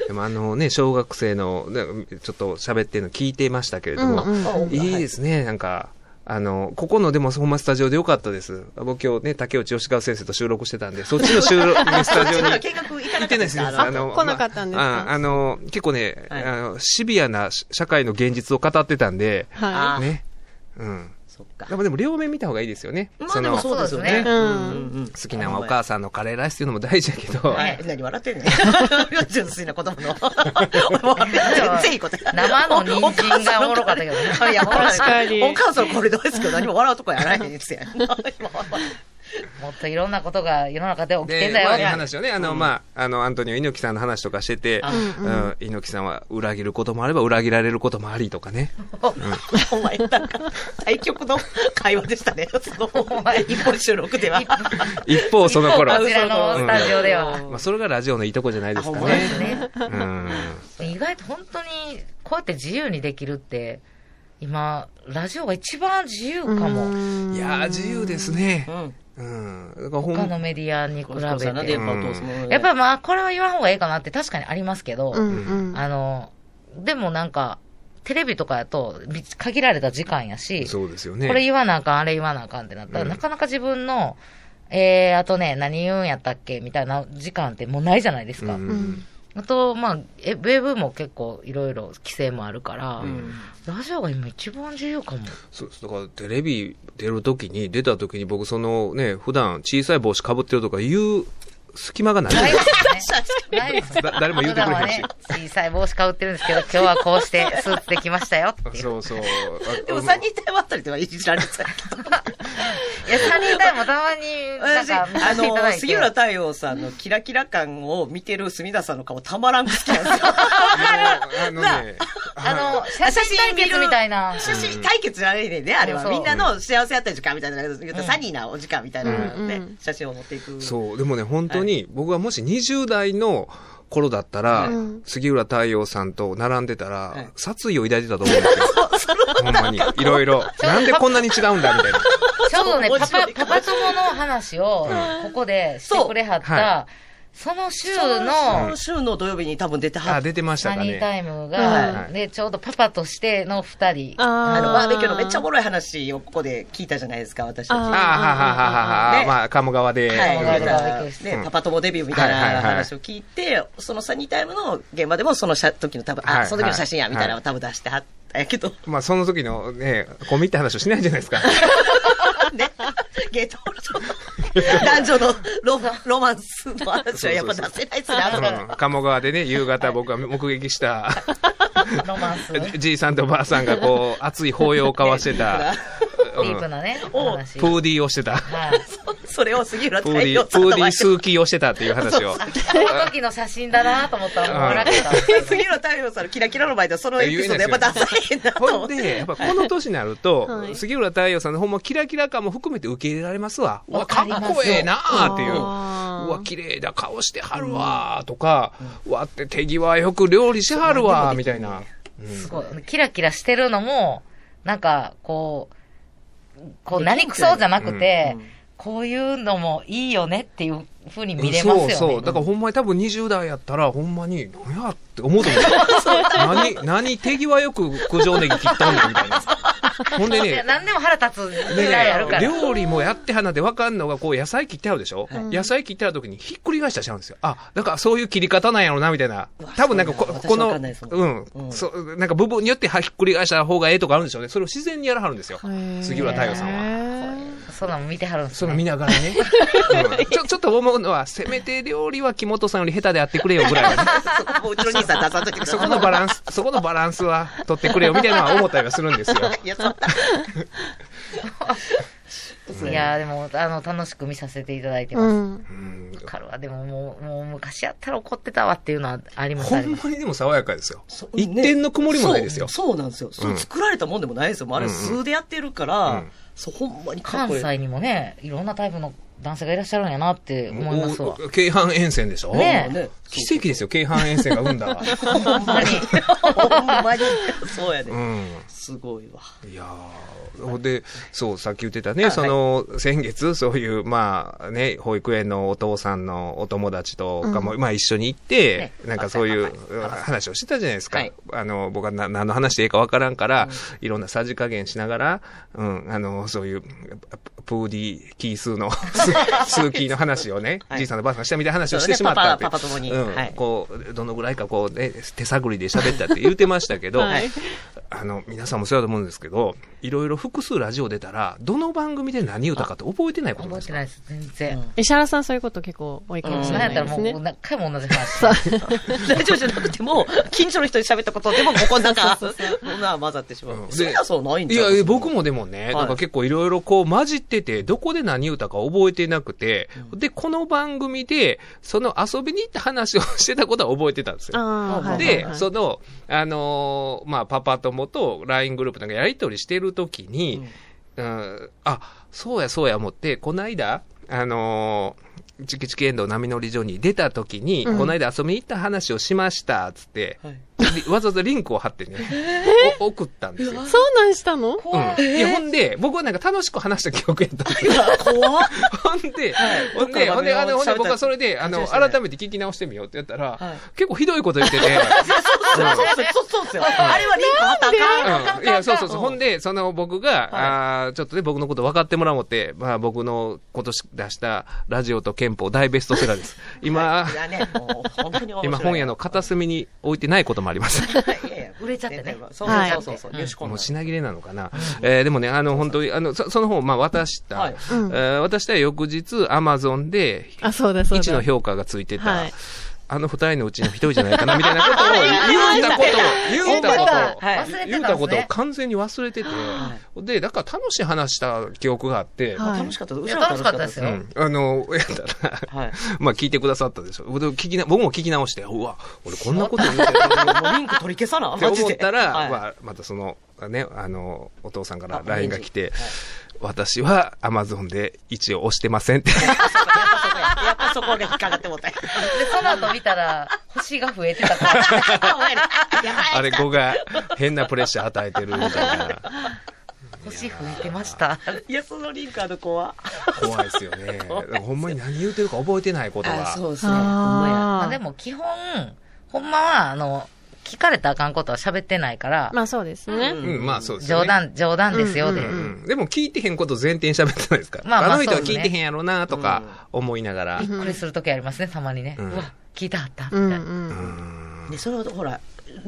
Speaker 8: でもあのね、小学生の、ねちょっと喋ってるの聞いていましたけれども、いいですね、なんか。あの、ここの、でも、ほんまスタジオでよかったです。僕今日ね、竹内義川先生と収録してたんで、そっちの収録、スタジオ
Speaker 3: そ
Speaker 8: に。
Speaker 3: っちの計画行かなかった
Speaker 8: 行ってないです。
Speaker 3: あ
Speaker 9: 来なかったんですか
Speaker 8: まあああの、結構ね、
Speaker 3: はい
Speaker 8: あの、シビアな社会の現実を語ってたんで、
Speaker 9: は
Speaker 3: あ
Speaker 8: ね。うん。
Speaker 3: そっか
Speaker 8: で。も、でも両面見た方がいいですよね。
Speaker 3: まあでもそうですよね。
Speaker 9: い。うん。
Speaker 8: 好きなお母さんのカレーライスっていうのも大事やけど、
Speaker 3: はいい、何笑ってんねん。 [LAUGHS] 純粋な子供の。もう全然いいことや
Speaker 4: [LAUGHS] 生の人参がおもろかったけどね
Speaker 3: お母さんの彼いや、
Speaker 9: 確かに
Speaker 3: お母さんこれどうですけど、何も笑うとこやないんですよ。
Speaker 4: [LAUGHS] もっといろんなことが世の中で起きて
Speaker 8: で
Speaker 4: んだよ
Speaker 8: ま
Speaker 4: っ
Speaker 8: あ
Speaker 4: て
Speaker 8: ね、話をね、あの、まあ、あの、アントニオ猪木さんの話とかしてて、うん猪木さんは裏切ることもあれば裏切られることもありとかね。 [LAUGHS]
Speaker 3: お前、なんか、対局の会話でしたね。その、お前、一本収録では。
Speaker 8: 一方、その頃。
Speaker 4: こちらのスタジオでは。
Speaker 8: まあ、それがラジオのいいとこじゃないですか
Speaker 3: あほんまで
Speaker 8: ね。
Speaker 3: す
Speaker 4: ね、
Speaker 8: うん。
Speaker 4: 意外と本当に、こうやって自由にできるって、今、ラジオが一番自由かも。
Speaker 8: いやー、自由ですね
Speaker 3: う。ん。
Speaker 8: うん。だからほん
Speaker 4: 他のメディアに比
Speaker 3: お父さんな電
Speaker 4: べて。
Speaker 3: 波を通すもので
Speaker 4: やっぱまあ、これは言わん方がいいかなって確かにありますけど、
Speaker 9: うん
Speaker 4: あの、でもなんか、テレビとかやと、み限られた時間やし、
Speaker 8: そうですよね。
Speaker 4: これ言わなあかん、あれ言わなあかんってなったら、なかなか自分の、えー、あとね、何言うんやったっけみたいな時間ってもうないじゃないですか。
Speaker 8: うん。
Speaker 4: あと、まあ、え、ウェブも結構いろいろ規制もあるから、ラジオが今一番自由
Speaker 3: [LAUGHS]
Speaker 4: かも。
Speaker 8: そうだから、テレビ出るときに、出たときに僕、そのね、普段小さい帽子かぶってるとか言う隙間がない。
Speaker 4: ないですね。ないですね
Speaker 8: だ誰も言うてくれへんし
Speaker 4: 普段はね、小さい帽子かぶってるんですけど、今日はこうしてスーツで来ましたよっていう。
Speaker 8: そうそう。
Speaker 3: でも、三人体はあたりではいじられてたけど。
Speaker 4: いや、三人隊もたまに、なん
Speaker 3: 私、あ
Speaker 4: か見せていた
Speaker 3: の
Speaker 4: だ、いて。
Speaker 3: 杉浦太陽さんのキラキラ感を見てる隅田さんの顔たまらん好きなんですよ。
Speaker 8: あのね、
Speaker 4: あの、写真対決みたいな。
Speaker 3: [LAUGHS] 写真対決じゃないねんね、あれは。
Speaker 4: そうそう
Speaker 3: みんなの幸せやった時間みたいな、言うとサニーなお時間みたいなので、写真を持っていく。
Speaker 8: そう、でもね、本当に、僕はもし20代の頃だったら、杉浦太陽さんと並んでたら、
Speaker 3: い
Speaker 8: 殺意を抱いてたと思うんですよ。ほんまに、いろいろ。なんでこんなに違うんだ、みたいな。
Speaker 4: ちょうどね、
Speaker 3: 面
Speaker 4: パ
Speaker 3: 白
Speaker 4: パ
Speaker 3: い、
Speaker 4: パパ友の話を、ここでしてくれはっ
Speaker 8: そうは
Speaker 4: た、その週
Speaker 3: そ
Speaker 4: の
Speaker 3: の、週の土曜日に多分出ては
Speaker 8: あ、
Speaker 3: っ
Speaker 8: 出てました
Speaker 4: サ
Speaker 8: か
Speaker 4: ニー
Speaker 8: ね。
Speaker 4: タイム
Speaker 8: は
Speaker 4: が、
Speaker 8: い
Speaker 4: で、ちょうどパパとしての二人。
Speaker 9: あ
Speaker 3: あの、バーベキューのめっちゃお
Speaker 9: も
Speaker 3: もろい話をここで聞いたじゃないですか、私たち。
Speaker 8: あ
Speaker 9: あ
Speaker 8: ー
Speaker 9: ー
Speaker 3: は
Speaker 8: ははははは。
Speaker 3: ね
Speaker 8: まあ、鴨川で。
Speaker 3: い。
Speaker 4: うん
Speaker 3: だか
Speaker 4: う
Speaker 3: ら
Speaker 4: ん
Speaker 3: ね、パパ友デビューみたい
Speaker 8: はいはいは
Speaker 3: ない話を聞いて、そのサニータイムの現場でもその写時の多分、
Speaker 8: はいは
Speaker 3: あ、
Speaker 8: い
Speaker 3: その時の写真や、みたいなのを多分出してはったんやけど、
Speaker 8: まあ、その時のね、コミって話をしないじゃないですか。
Speaker 3: ね、ゲートボールの男女のロマロマンスの話はやっぱ出せないですね、あの方
Speaker 8: うん鴨川でね、夕方僕が目撃した、
Speaker 4: ロマンス。デ
Speaker 8: じいさんとばあさんがこ
Speaker 4: [LAUGHS]
Speaker 8: う、熱い抱擁を交わしてた、うん
Speaker 4: ィープなね、
Speaker 3: お
Speaker 4: 話。
Speaker 8: プーディーをしてた。
Speaker 4: はい。
Speaker 3: [LAUGHS] それを杉浦
Speaker 8: プ
Speaker 3: 太
Speaker 8: ーディー、
Speaker 3: 陽
Speaker 8: プ
Speaker 3: さんと
Speaker 8: ーディー
Speaker 3: 毎
Speaker 8: ス
Speaker 3: 回
Speaker 8: ーキーをしてたっていう話を。
Speaker 4: この時の写真だなと思ったら、もう笑ってたんです
Speaker 3: [LAUGHS]
Speaker 4: よ。
Speaker 3: 杉浦太陽さんのキラキラの前でそのエピソードやっぱ出さへんなと
Speaker 8: ほ
Speaker 3: 思っ
Speaker 8: ん
Speaker 3: て。
Speaker 8: で、やっぱこの年になると、
Speaker 9: はい
Speaker 8: 杉浦太陽さんのほんまキラキラ感も含めて受け入れられますわ。うわ、
Speaker 4: わ
Speaker 8: か
Speaker 4: か
Speaker 8: っ
Speaker 4: ります
Speaker 8: こええなあっていう。う
Speaker 9: あー
Speaker 8: わ、綺麗な顔してはるわーとか、うわって手際よく料理しはるわーみたいな。
Speaker 4: すごい。キラキラしてるのも、なんか、こう、こう、何くそじゃなくて、こういうのもいいよねっていうふうに見れますよね。
Speaker 8: そうそう。だからほんまに多分20代やったら、ほんまに、何やって思うと思う。何、何手際よく九条ネギ切ったんだみたいな。ほんで
Speaker 4: いや
Speaker 8: ね、
Speaker 4: 何でも腹立つ
Speaker 8: で
Speaker 4: 時代あるから。
Speaker 8: ね、料理もやってはなで分かんのが、こう、野菜切ってはるでしょ、野菜切ってはる時にひっくり返したりしちゃうんですよ。あ、だからそういう切り方なんやろな、みたいな。多分なんかこ、
Speaker 3: そうなん
Speaker 8: こ
Speaker 3: や
Speaker 8: この、
Speaker 3: 私分かんないですも
Speaker 8: うん、そう、なんか部分によってはひっくり返した方がええとかあるんでしょうね。それを自然にやらはるんですよ。杉浦太陽さんは。
Speaker 9: は。
Speaker 4: そんなの見てはるんです
Speaker 8: そ
Speaker 4: ね
Speaker 8: の見ながら
Speaker 4: [LAUGHS]
Speaker 8: ね、うんちょ、ちょっと思うのは、せめて料理は木本さんより下手であってくれよぐらい
Speaker 4: [LAUGHS]
Speaker 8: はね。
Speaker 3: そこ [LAUGHS] もうちの兄さん出さんといてくださ
Speaker 8: そ
Speaker 3: い
Speaker 8: このバランス、そこのバランスは取ってくれよみたいなのは思ったりはするんですよ。
Speaker 3: いや、そんな。
Speaker 4: いやーでも、あの、楽しく見させていただいて
Speaker 5: う
Speaker 4: ます。
Speaker 5: ん。
Speaker 8: うん
Speaker 4: わかるわ。でももう、もう昔やったら怒ってたわっていうのはあります
Speaker 8: ほ
Speaker 4: あり
Speaker 8: ん
Speaker 4: ます。
Speaker 8: まにでも爽やかですよ。
Speaker 3: そう
Speaker 8: 一点の曇りもないですよ
Speaker 3: そうそうなんですよ。そううん作られたもんでもないですよ。もうあれ
Speaker 8: うんうん
Speaker 3: 数でやってるか
Speaker 8: う
Speaker 3: ら
Speaker 8: ん、
Speaker 3: そう、ほんまにかっ
Speaker 4: 関
Speaker 3: こいい。
Speaker 4: 西にもね、いろんなタイプの男性がいらっしゃるんやなって思いますわ。
Speaker 8: お京阪沿線でしょ
Speaker 4: ねえ
Speaker 3: ね
Speaker 8: 奇跡ですよ、京阪沿線が生んだわ。
Speaker 3: ほん
Speaker 8: [LAUGHS]
Speaker 3: まに。ほんまに。そうやで
Speaker 8: う。ん。
Speaker 3: すごいわ。
Speaker 8: いやーで、そう、さっき言ってたね、その、先月、そういう、まあね、保育園のお父さんのお友達とかも、まあ一緒に行って、
Speaker 3: ね
Speaker 8: なんかそういううん話をしてたじゃないですか。
Speaker 3: はい
Speaker 8: あの、僕はな何の話でいいかわからんから、いろんなさじ加減しながら、うん、あの、そういう、プーディーキース
Speaker 3: [LAUGHS]
Speaker 8: ーの、ススーキーの話をね、
Speaker 3: はい
Speaker 8: じいさんとばあさんしたみたいな話をしてしまったって。
Speaker 3: そうねパパパパ共に
Speaker 8: うん
Speaker 3: はい
Speaker 8: こう、どのぐらいかこうね、手探りで喋ったって言ってましたけど、
Speaker 3: はい
Speaker 8: あの、皆さんもそうだと思うんですけど、いろいろ複数ラジオ出たら、どの番組で何歌かって覚えてないことなん
Speaker 4: 覚
Speaker 8: で
Speaker 4: え
Speaker 8: す
Speaker 4: て
Speaker 8: か
Speaker 4: ないです、全然。
Speaker 5: 石原さんそういうこと結構多いかもし
Speaker 4: そ
Speaker 5: れ
Speaker 4: ん、
Speaker 5: な
Speaker 4: や
Speaker 5: い
Speaker 4: ったら
Speaker 5: で
Speaker 4: も
Speaker 5: すね
Speaker 4: う。何回も同じ話。
Speaker 5: そう。
Speaker 3: [LAUGHS] ラジオじゃなくても、近所の人に喋ったことでも、ここなんか、な混ざってしま
Speaker 8: うん
Speaker 3: う。
Speaker 8: で
Speaker 3: そりゃそうないん
Speaker 8: い
Speaker 3: ちゃ
Speaker 8: や
Speaker 3: うい、
Speaker 8: 僕もでもね、
Speaker 3: い
Speaker 8: なんか結構いろいろこう混じってて、どこで何歌か覚えてなくて、で、この番組で、その遊びに行った話をしてたことは覚えてたんですよ。
Speaker 5: ああ、はい。
Speaker 8: で、
Speaker 5: はい
Speaker 8: その、あのーまあ、パパ友と LINE グループなんかやりとりしてるときに、うん、あ、そうやそうや思って、こないだ、あのーチキチキエンドウ波乗り場に出たときに、
Speaker 5: うん
Speaker 8: こないだ遊びに行った話をしました、つって、
Speaker 3: はい
Speaker 8: りわざわざリンクを貼ってね、お送ったんですよ。
Speaker 5: そうなんしたの
Speaker 8: うん。いや、ほんで、僕はなんか楽しく話した記憶やったんで
Speaker 3: [LAUGHS]
Speaker 8: すよ。
Speaker 3: 怖っ。
Speaker 8: ほんで、
Speaker 3: はい
Speaker 8: ほんで、ほんで、あの、ほんで、
Speaker 3: 喋った
Speaker 8: 僕はそれで、あ
Speaker 3: そ
Speaker 8: の、
Speaker 3: うですね
Speaker 8: 改めて聞き直してみようってやった
Speaker 3: は
Speaker 8: ら、
Speaker 3: い
Speaker 8: 結構ひどいこと
Speaker 3: [LAUGHS]
Speaker 8: 言ってて、
Speaker 3: そうそうそうですよ。あれはリンクあったらあかんあかんあかんあか。
Speaker 8: うんん、いや、そうそうそう。
Speaker 3: ん
Speaker 8: ほんで、その僕が、あーちょっとね、僕のこと分かってもらおうって、まあ僕の今年出したラジオと憲法大ベストセラーです。今、
Speaker 3: いやね、もう本当に面白い
Speaker 8: 今本屋の片隅に置いてないこともあります。
Speaker 3: いやいや
Speaker 4: 売れちゃってね
Speaker 3: 全然そう
Speaker 5: はい
Speaker 3: そうそうそう、入手困
Speaker 8: もう
Speaker 3: 難。
Speaker 8: 品切れなのかな。えーでもね、あの、本当に、あの、そその本、まあ渡した。
Speaker 3: はい
Speaker 8: えー渡した翌日、アマゾンで、
Speaker 5: あ、そうだそう
Speaker 8: 一の
Speaker 5: だ。
Speaker 8: 評価がついてた、
Speaker 5: はい
Speaker 8: あの二人のうちの一人じゃないかな、みたいなことを言うたことを、言うたことを、
Speaker 3: はい
Speaker 4: 忘れて
Speaker 8: 言う
Speaker 4: た
Speaker 8: た
Speaker 4: んです
Speaker 8: ことを
Speaker 4: ね。
Speaker 8: 完全に忘れてて、で、だから楽しい話した記憶があって、
Speaker 5: はい
Speaker 3: 楽しかったです。
Speaker 4: いや楽しかったです
Speaker 8: う
Speaker 4: よ。
Speaker 8: ん、あの、やったら、
Speaker 3: はい。
Speaker 8: [LAUGHS] まあ聞いてくださったでしょ。僕聞きな僕も聞き直して、うわ、俺こんなこと言
Speaker 3: [LAUGHS]
Speaker 8: うてた
Speaker 3: もうリンク取り消さな、
Speaker 8: って
Speaker 3: マジ
Speaker 8: 思
Speaker 3: で。
Speaker 8: ったら、
Speaker 3: はい
Speaker 8: まあ、またその、ね、あの、お父さんから
Speaker 3: あ
Speaker 8: LINE が来て、私は Amazon で1を押してませんって。
Speaker 3: やっぱそこが引っかかっても [LAUGHS] った。
Speaker 4: で、その後見たら、星が増えてたから。
Speaker 8: あれ、語が変なプレッシャー与えてるみたいな。
Speaker 4: 星増えてました。
Speaker 3: いや、そのリンクある子は。
Speaker 8: 怖いですよね。ほんまに何言うてるか覚えてないことが。
Speaker 3: うです
Speaker 4: ま
Speaker 5: あ
Speaker 4: あで
Speaker 5: あ。
Speaker 4: も基本、ほんまは、あの、聞かれたらあかんことは喋ってないから、
Speaker 5: まあそうですね。
Speaker 8: うん、まあそうですよ
Speaker 4: 冗
Speaker 8: ね。。
Speaker 4: 談、冗談ですよで。
Speaker 8: うん、でも聞いてへんこと前提に喋ってないですか。
Speaker 4: まあまあ
Speaker 8: あの人は
Speaker 4: そうです
Speaker 8: 聞い
Speaker 4: ね
Speaker 8: てへんやろなとか思いながら。
Speaker 4: びっくりするときありますね、たまにね。
Speaker 8: う
Speaker 4: うんわ、聞いたあった、み
Speaker 5: う
Speaker 4: たい
Speaker 5: んう
Speaker 4: な。
Speaker 5: ん。
Speaker 3: で、それをほら、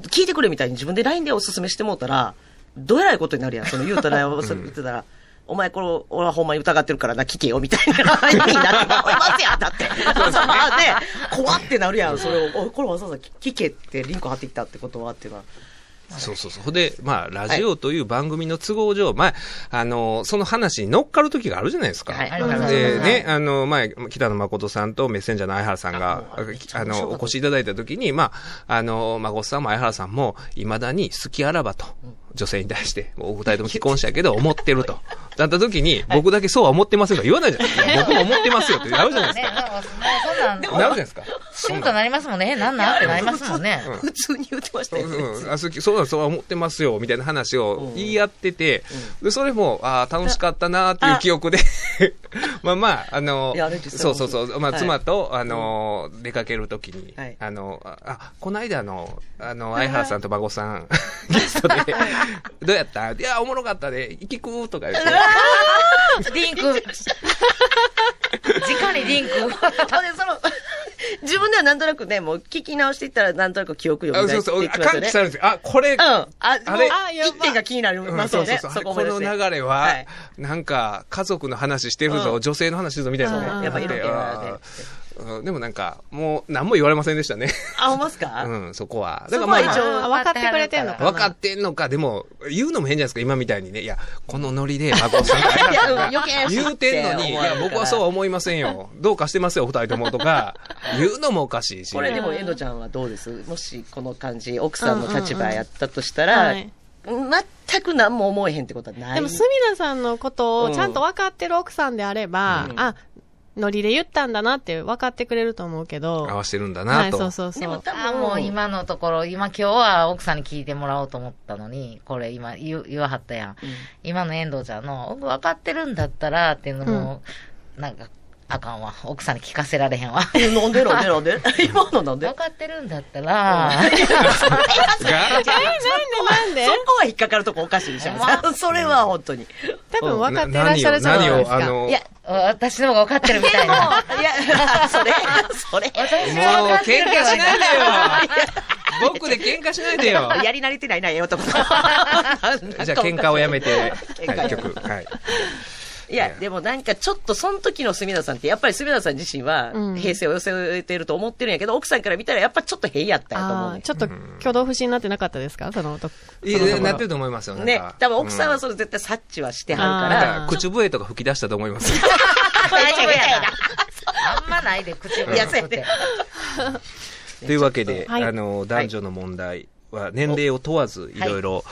Speaker 3: 聞いてくれみたいに自分で LINE でおすすめしてもうたら、どえらいことになるやん。その言うたら、それ言ってたら、お前これ、俺はほんまに疑ってるからな、聞けよ、みたいな LINE になって思いますやん、だって。 [LAUGHS] そうそう、まあね、怖ってなるやん。それを、おいこれわざわざ聞けってリンク貼ってきたってことはっていうのは。
Speaker 8: そうそうそう。ほんで、まあ、ラジオという番組の都合上、まあ、あの、その話に乗っかる時があるじゃないですか。
Speaker 4: はいあります
Speaker 8: で、
Speaker 4: はい
Speaker 8: ね、あの、前、北野誠さんとメッセンジャーの相原さんが、あの、お越しいただいた時に、まあ、あの、孫さんも相原さんも、未だに好きあらばと、女性に対して、お二人とも既婚者やけど、思ってると。だった時に、僕だけそうは思ってませんとか言わないじゃないですか。いや僕も思ってますよってなるじゃないで
Speaker 4: ね、
Speaker 8: す
Speaker 4: な
Speaker 8: か。
Speaker 4: んかもうそんな
Speaker 3: [LAUGHS]
Speaker 4: ん、
Speaker 8: なるじゃないですか。
Speaker 4: シュンとなりますもんね。なんなんってなりますもんね。
Speaker 3: 普通に言ってましたよね。
Speaker 8: うん、あ好きそうだ、そうは思ってますよ、みたいな話を言い合ってて、でそれも、ああ、楽しかったなーっていう記憶で、 [LAUGHS] まあまあ、あの
Speaker 3: いやあれ、実際
Speaker 8: そうそうそう、まあ、
Speaker 3: はい
Speaker 8: 妻と、あの、出かけるときに
Speaker 3: はい、
Speaker 8: あの、ああ、この間の、あの、相原さんと孫さん、 [LAUGHS] ゲストで、どうやったいや、おもろかったで、行きくーとか
Speaker 3: [LAUGHS]
Speaker 8: 言って、
Speaker 4: リンク。直にリンク。
Speaker 3: あでその [LAUGHS] 自分ではなんとなくね、もう聞き直していったら、なんとなく記憶力
Speaker 8: あ
Speaker 3: が
Speaker 8: そうそう、
Speaker 3: いってきます
Speaker 8: 歓
Speaker 3: よね
Speaker 8: 喜されるんですよ。あ、これ、
Speaker 3: うん。あ、
Speaker 8: あ
Speaker 3: あ
Speaker 8: れ
Speaker 3: れ、一点が気になり
Speaker 8: うん
Speaker 3: ます
Speaker 8: そ
Speaker 3: よ
Speaker 8: うそう
Speaker 3: ね。
Speaker 8: そう
Speaker 3: そこ
Speaker 8: こ
Speaker 3: まで
Speaker 8: の
Speaker 3: して
Speaker 8: 流れは、
Speaker 3: はい
Speaker 8: なんか、家族の話してるぞ、
Speaker 3: うん
Speaker 8: 女性の話してるぞみたいなね、
Speaker 3: やっぱ色気がね
Speaker 8: あーうんでもなんか、もう何も言われませんでしたね。
Speaker 3: あ、ほんますか、
Speaker 8: うん、そこは。
Speaker 3: そ
Speaker 8: だ
Speaker 3: こ
Speaker 8: か
Speaker 3: は
Speaker 8: らまあ
Speaker 3: 一
Speaker 8: まあ、
Speaker 3: 応、
Speaker 5: あ分かってくれてんのか
Speaker 8: 分かってんのか、でも、言うのも変じゃないですか、今みたいにね。いや、このノリで、孫さんが
Speaker 3: いや、うん
Speaker 8: や
Speaker 3: 余計
Speaker 8: 言うてんのに、いや、僕はそうは
Speaker 3: う。
Speaker 8: 思いませんよ。どうかしてますよ、二人ともとか、言うのもおかしいし。
Speaker 3: これでも、エンドちゃんはどうですもし、この感じ、奥さんの立
Speaker 5: うんうん
Speaker 3: 場
Speaker 5: うん
Speaker 3: やったとしたら、
Speaker 5: はい
Speaker 3: 全く何も思えへんってことはない。
Speaker 5: でも、すみなさんのことをちゃんと分かってる奥さんであれば、
Speaker 3: うん
Speaker 5: あ、ノリで言ったんだなって分かってくれると思うけど。
Speaker 8: 合わせてるんだ
Speaker 5: は、
Speaker 8: ないと。
Speaker 5: そうそうそ
Speaker 3: でも
Speaker 5: う。
Speaker 3: 多
Speaker 4: あ
Speaker 3: 分、
Speaker 4: もう今のところ、今今日は奥さんに聞いてもらおうと思ったのに、これ今言う言わはったやん。今の遠藤ちゃんの、僕分かってるんだったらっていうのも、なんか、あかんわ。奥さんに聞かせられへんわ。
Speaker 3: えなんでなんでなんで [LAUGHS] 今のなんで
Speaker 4: [LAUGHS] 分かってるんだったら、
Speaker 8: が
Speaker 5: なんで
Speaker 3: そこは引っかかるとこおかしいでしょ。 [LAUGHS] それは本当に。
Speaker 5: 多分分かってらっしゃるじゃないですか。
Speaker 8: 何を、何をあの、
Speaker 3: いや
Speaker 4: 私の方が分かってるみたいな。
Speaker 3: いや、 [LAUGHS] それ、そ [LAUGHS] れ。
Speaker 4: 私は分
Speaker 8: もう
Speaker 4: かって
Speaker 8: 喧
Speaker 4: る
Speaker 8: 嘩
Speaker 4: けど
Speaker 8: しないでよ [LAUGHS] 僕で喧嘩しないでよ
Speaker 3: やり慣れてないな、ええ [LAUGHS] 男。じ
Speaker 8: じ
Speaker 3: ゃ
Speaker 8: ゃあ喧嘩をやめて、
Speaker 3: 喧嘩
Speaker 8: はい、曲。はい。
Speaker 3: いや、でもなんかちょっとその時の隅田さんって、やっぱり隅田さん自身は
Speaker 5: うん
Speaker 3: 平成を寄せてると思ってるんやけど、奥さんから見たらやっぱちょっと変やったんやと思う
Speaker 5: あ
Speaker 3: ね
Speaker 5: ー。ちょっと挙動不審になってなかったですかその男。
Speaker 8: いや、なってると思いますよ。なんか
Speaker 3: ね、多分奥さんは
Speaker 8: う
Speaker 3: それ絶対察知はしてはる
Speaker 8: ん
Speaker 3: か
Speaker 8: なん
Speaker 3: ら。
Speaker 8: か口笛とか吹き出したと思います。
Speaker 4: 大丈夫やな。あんまないで、口笛なくて。
Speaker 8: というわけで、
Speaker 5: はい
Speaker 8: あの、男女の問題は年齢を問わず、いろいろ、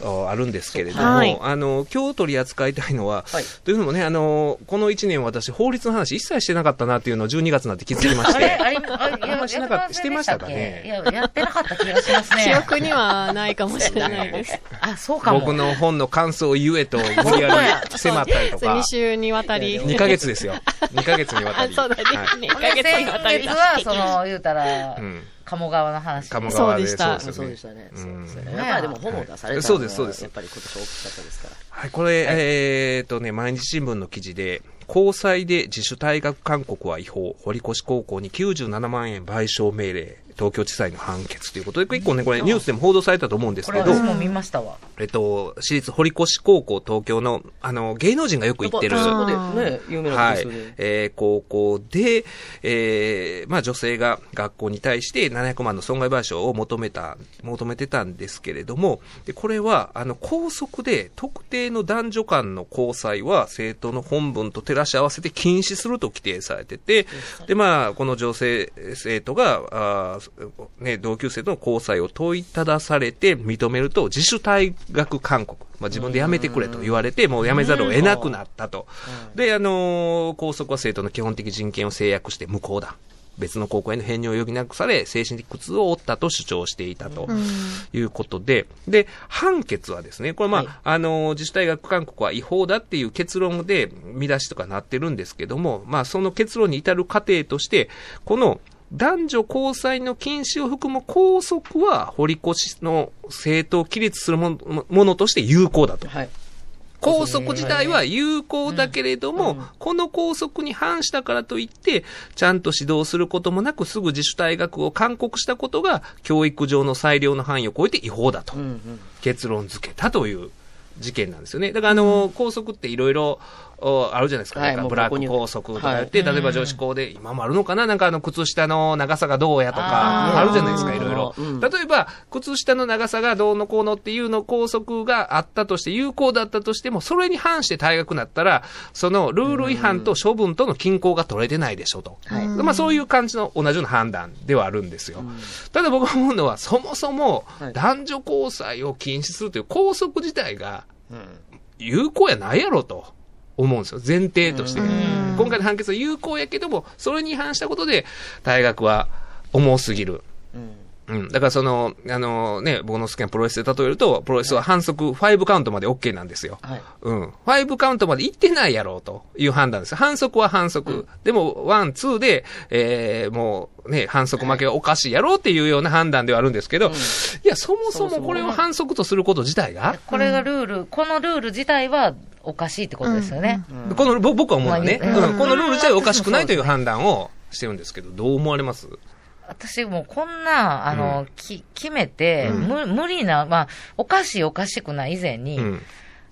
Speaker 8: おあるんですけれども、
Speaker 5: はい
Speaker 8: あの、今日取り扱いたいのは、
Speaker 3: はい
Speaker 8: というのもね、あの、この1年私、法律の話一切してなかったなっていうのを12月になって気づきまし
Speaker 4: あれ [LAUGHS]
Speaker 8: て、
Speaker 4: あれあれ
Speaker 8: あんましなかったしてましたかね
Speaker 4: いや、やってなかった気がしますね。
Speaker 5: 記憶にはないかもしれない
Speaker 8: [LAUGHS]
Speaker 5: です。
Speaker 4: あ、そうかも。
Speaker 8: 僕の本の感想を言えと、無理やり迫ったりとか
Speaker 5: 2 、週にわたり。
Speaker 8: 2ヶ月ですよ。2ヶ月にわたり。
Speaker 5: あ、 [LAUGHS] そうだね
Speaker 8: はい。
Speaker 5: 2
Speaker 4: ほんで
Speaker 5: ヶ月
Speaker 4: 先
Speaker 5: にわたり
Speaker 4: 月は、その、言うたら、
Speaker 8: うん
Speaker 4: 鴨川の話。
Speaker 8: 鴨
Speaker 5: そう
Speaker 8: 川で。
Speaker 5: でした
Speaker 8: そうです
Speaker 3: そ
Speaker 8: よ
Speaker 3: う
Speaker 8: ね
Speaker 3: でしたね。
Speaker 8: うん
Speaker 3: そうですよね。まあでも、ほぼ出されたのは
Speaker 8: そうですそうです
Speaker 3: やっぱり今年大きかったですから。
Speaker 8: はい、これ、えーっとね、毎日新聞の記事で、高裁で自主退学勧告は違法、堀越高校に97万円賠償命令、東京地裁の判決ということで、結構ね、これニュースでも報道されたと思うんです
Speaker 4: こ
Speaker 8: け
Speaker 4: れ
Speaker 8: ど、
Speaker 4: 私も見ましたわ。
Speaker 8: えっと、私立堀越高校東京の、あの、芸能人がよく行ってる、
Speaker 3: やぱ
Speaker 8: は
Speaker 3: そこでね、有名なんです
Speaker 8: い
Speaker 3: よね、。
Speaker 8: えー高校で、えーまあ女性が学校に対して700万の損害賠償を求めた、求めてたんですけれども、で、これは、あの、校則で特定の男女間の交際は生徒の本文と照らし合わせて禁止すると規定されてて、で、まあ、この女性生徒が、あーね、同級生との交際を問いただされて認めると自主退学勧告。まあ、自分でやめてくれと言われて、もうやめざるを得なくなったと。で、あのー校則は生徒の基本的人権を制約して無効だ。別の高校への編入を余儀なくされ、精神的苦痛を負ったと主張していたと。いうことで、で、判決はですね、これまあ、
Speaker 3: はい
Speaker 8: あのー、自治体学勧告は違法だっていう結論で、見出しとかなってるんですけども、まあ、その結論に至る過程として、この、男女交際の禁止を含む校則は、堀越の正当規律するものものとして有効だと。
Speaker 3: はい。
Speaker 8: 拘束自体は有効だけれども、この拘束に反したからといって、ちゃんと指導することもなく、すぐ自主退学を勧告したことが、教育上の裁量の範囲を超えて違法だと、結論付けたという事件なんですよね。だから、あの、拘束っていろいろ、おあるじゃないですか。
Speaker 3: はい
Speaker 8: なん
Speaker 3: も
Speaker 8: か
Speaker 3: う
Speaker 8: ブラッ
Speaker 3: ここ
Speaker 8: ク
Speaker 3: に
Speaker 8: 拘束とかやって、例えば女子校で、今もあるのかななんかあの、靴下の長さがどうやと
Speaker 4: あ
Speaker 8: か、
Speaker 4: ー
Speaker 8: あるじゃないですか、いろいろ
Speaker 3: う。ん
Speaker 8: 例えば、靴下の長さがどうのこうのっていうの拘束があったとして、有効だったとしても、それに反して退学になったら、そのルール違反と処分との均衡が取れてないでしょと。
Speaker 3: はい
Speaker 8: まあそういう感じの同じような判断ではあるんですよ。ただ僕が思うのは、そもそも
Speaker 3: はい
Speaker 8: 男女交際を禁止するという拘束自体が
Speaker 3: うん
Speaker 8: 有効やないやろと思うんですよ。前提としてね。今回の判決は有効やけども、それに違反したことで退学は重すぎる。
Speaker 3: うん
Speaker 8: うん。だからその、あのね、僕の好きなプロレスで例えると、プロレスは反則5カウントまで OK なんですよ。
Speaker 3: はい。
Speaker 8: うん。5カウントまで行ってないやろうという判断です。反則は反則。でも、1、2で、えー、もうね、反則負けはおかしいやろうっていうような判断ではあるんですけど、いや、そもそもこれを反則とすること自体が、
Speaker 4: これがルール、このルール自体はおかしいってことですよね。
Speaker 8: この、ぼ僕は思うのはね、
Speaker 4: まあ
Speaker 8: うんこのルール自体はおかしくないという判断をしてるんですけど、どう思われます
Speaker 4: 私もうこんな、あの、
Speaker 8: うん
Speaker 4: き決めて、む無理な、まあ、おかしいおかしくない以前に、
Speaker 8: うん。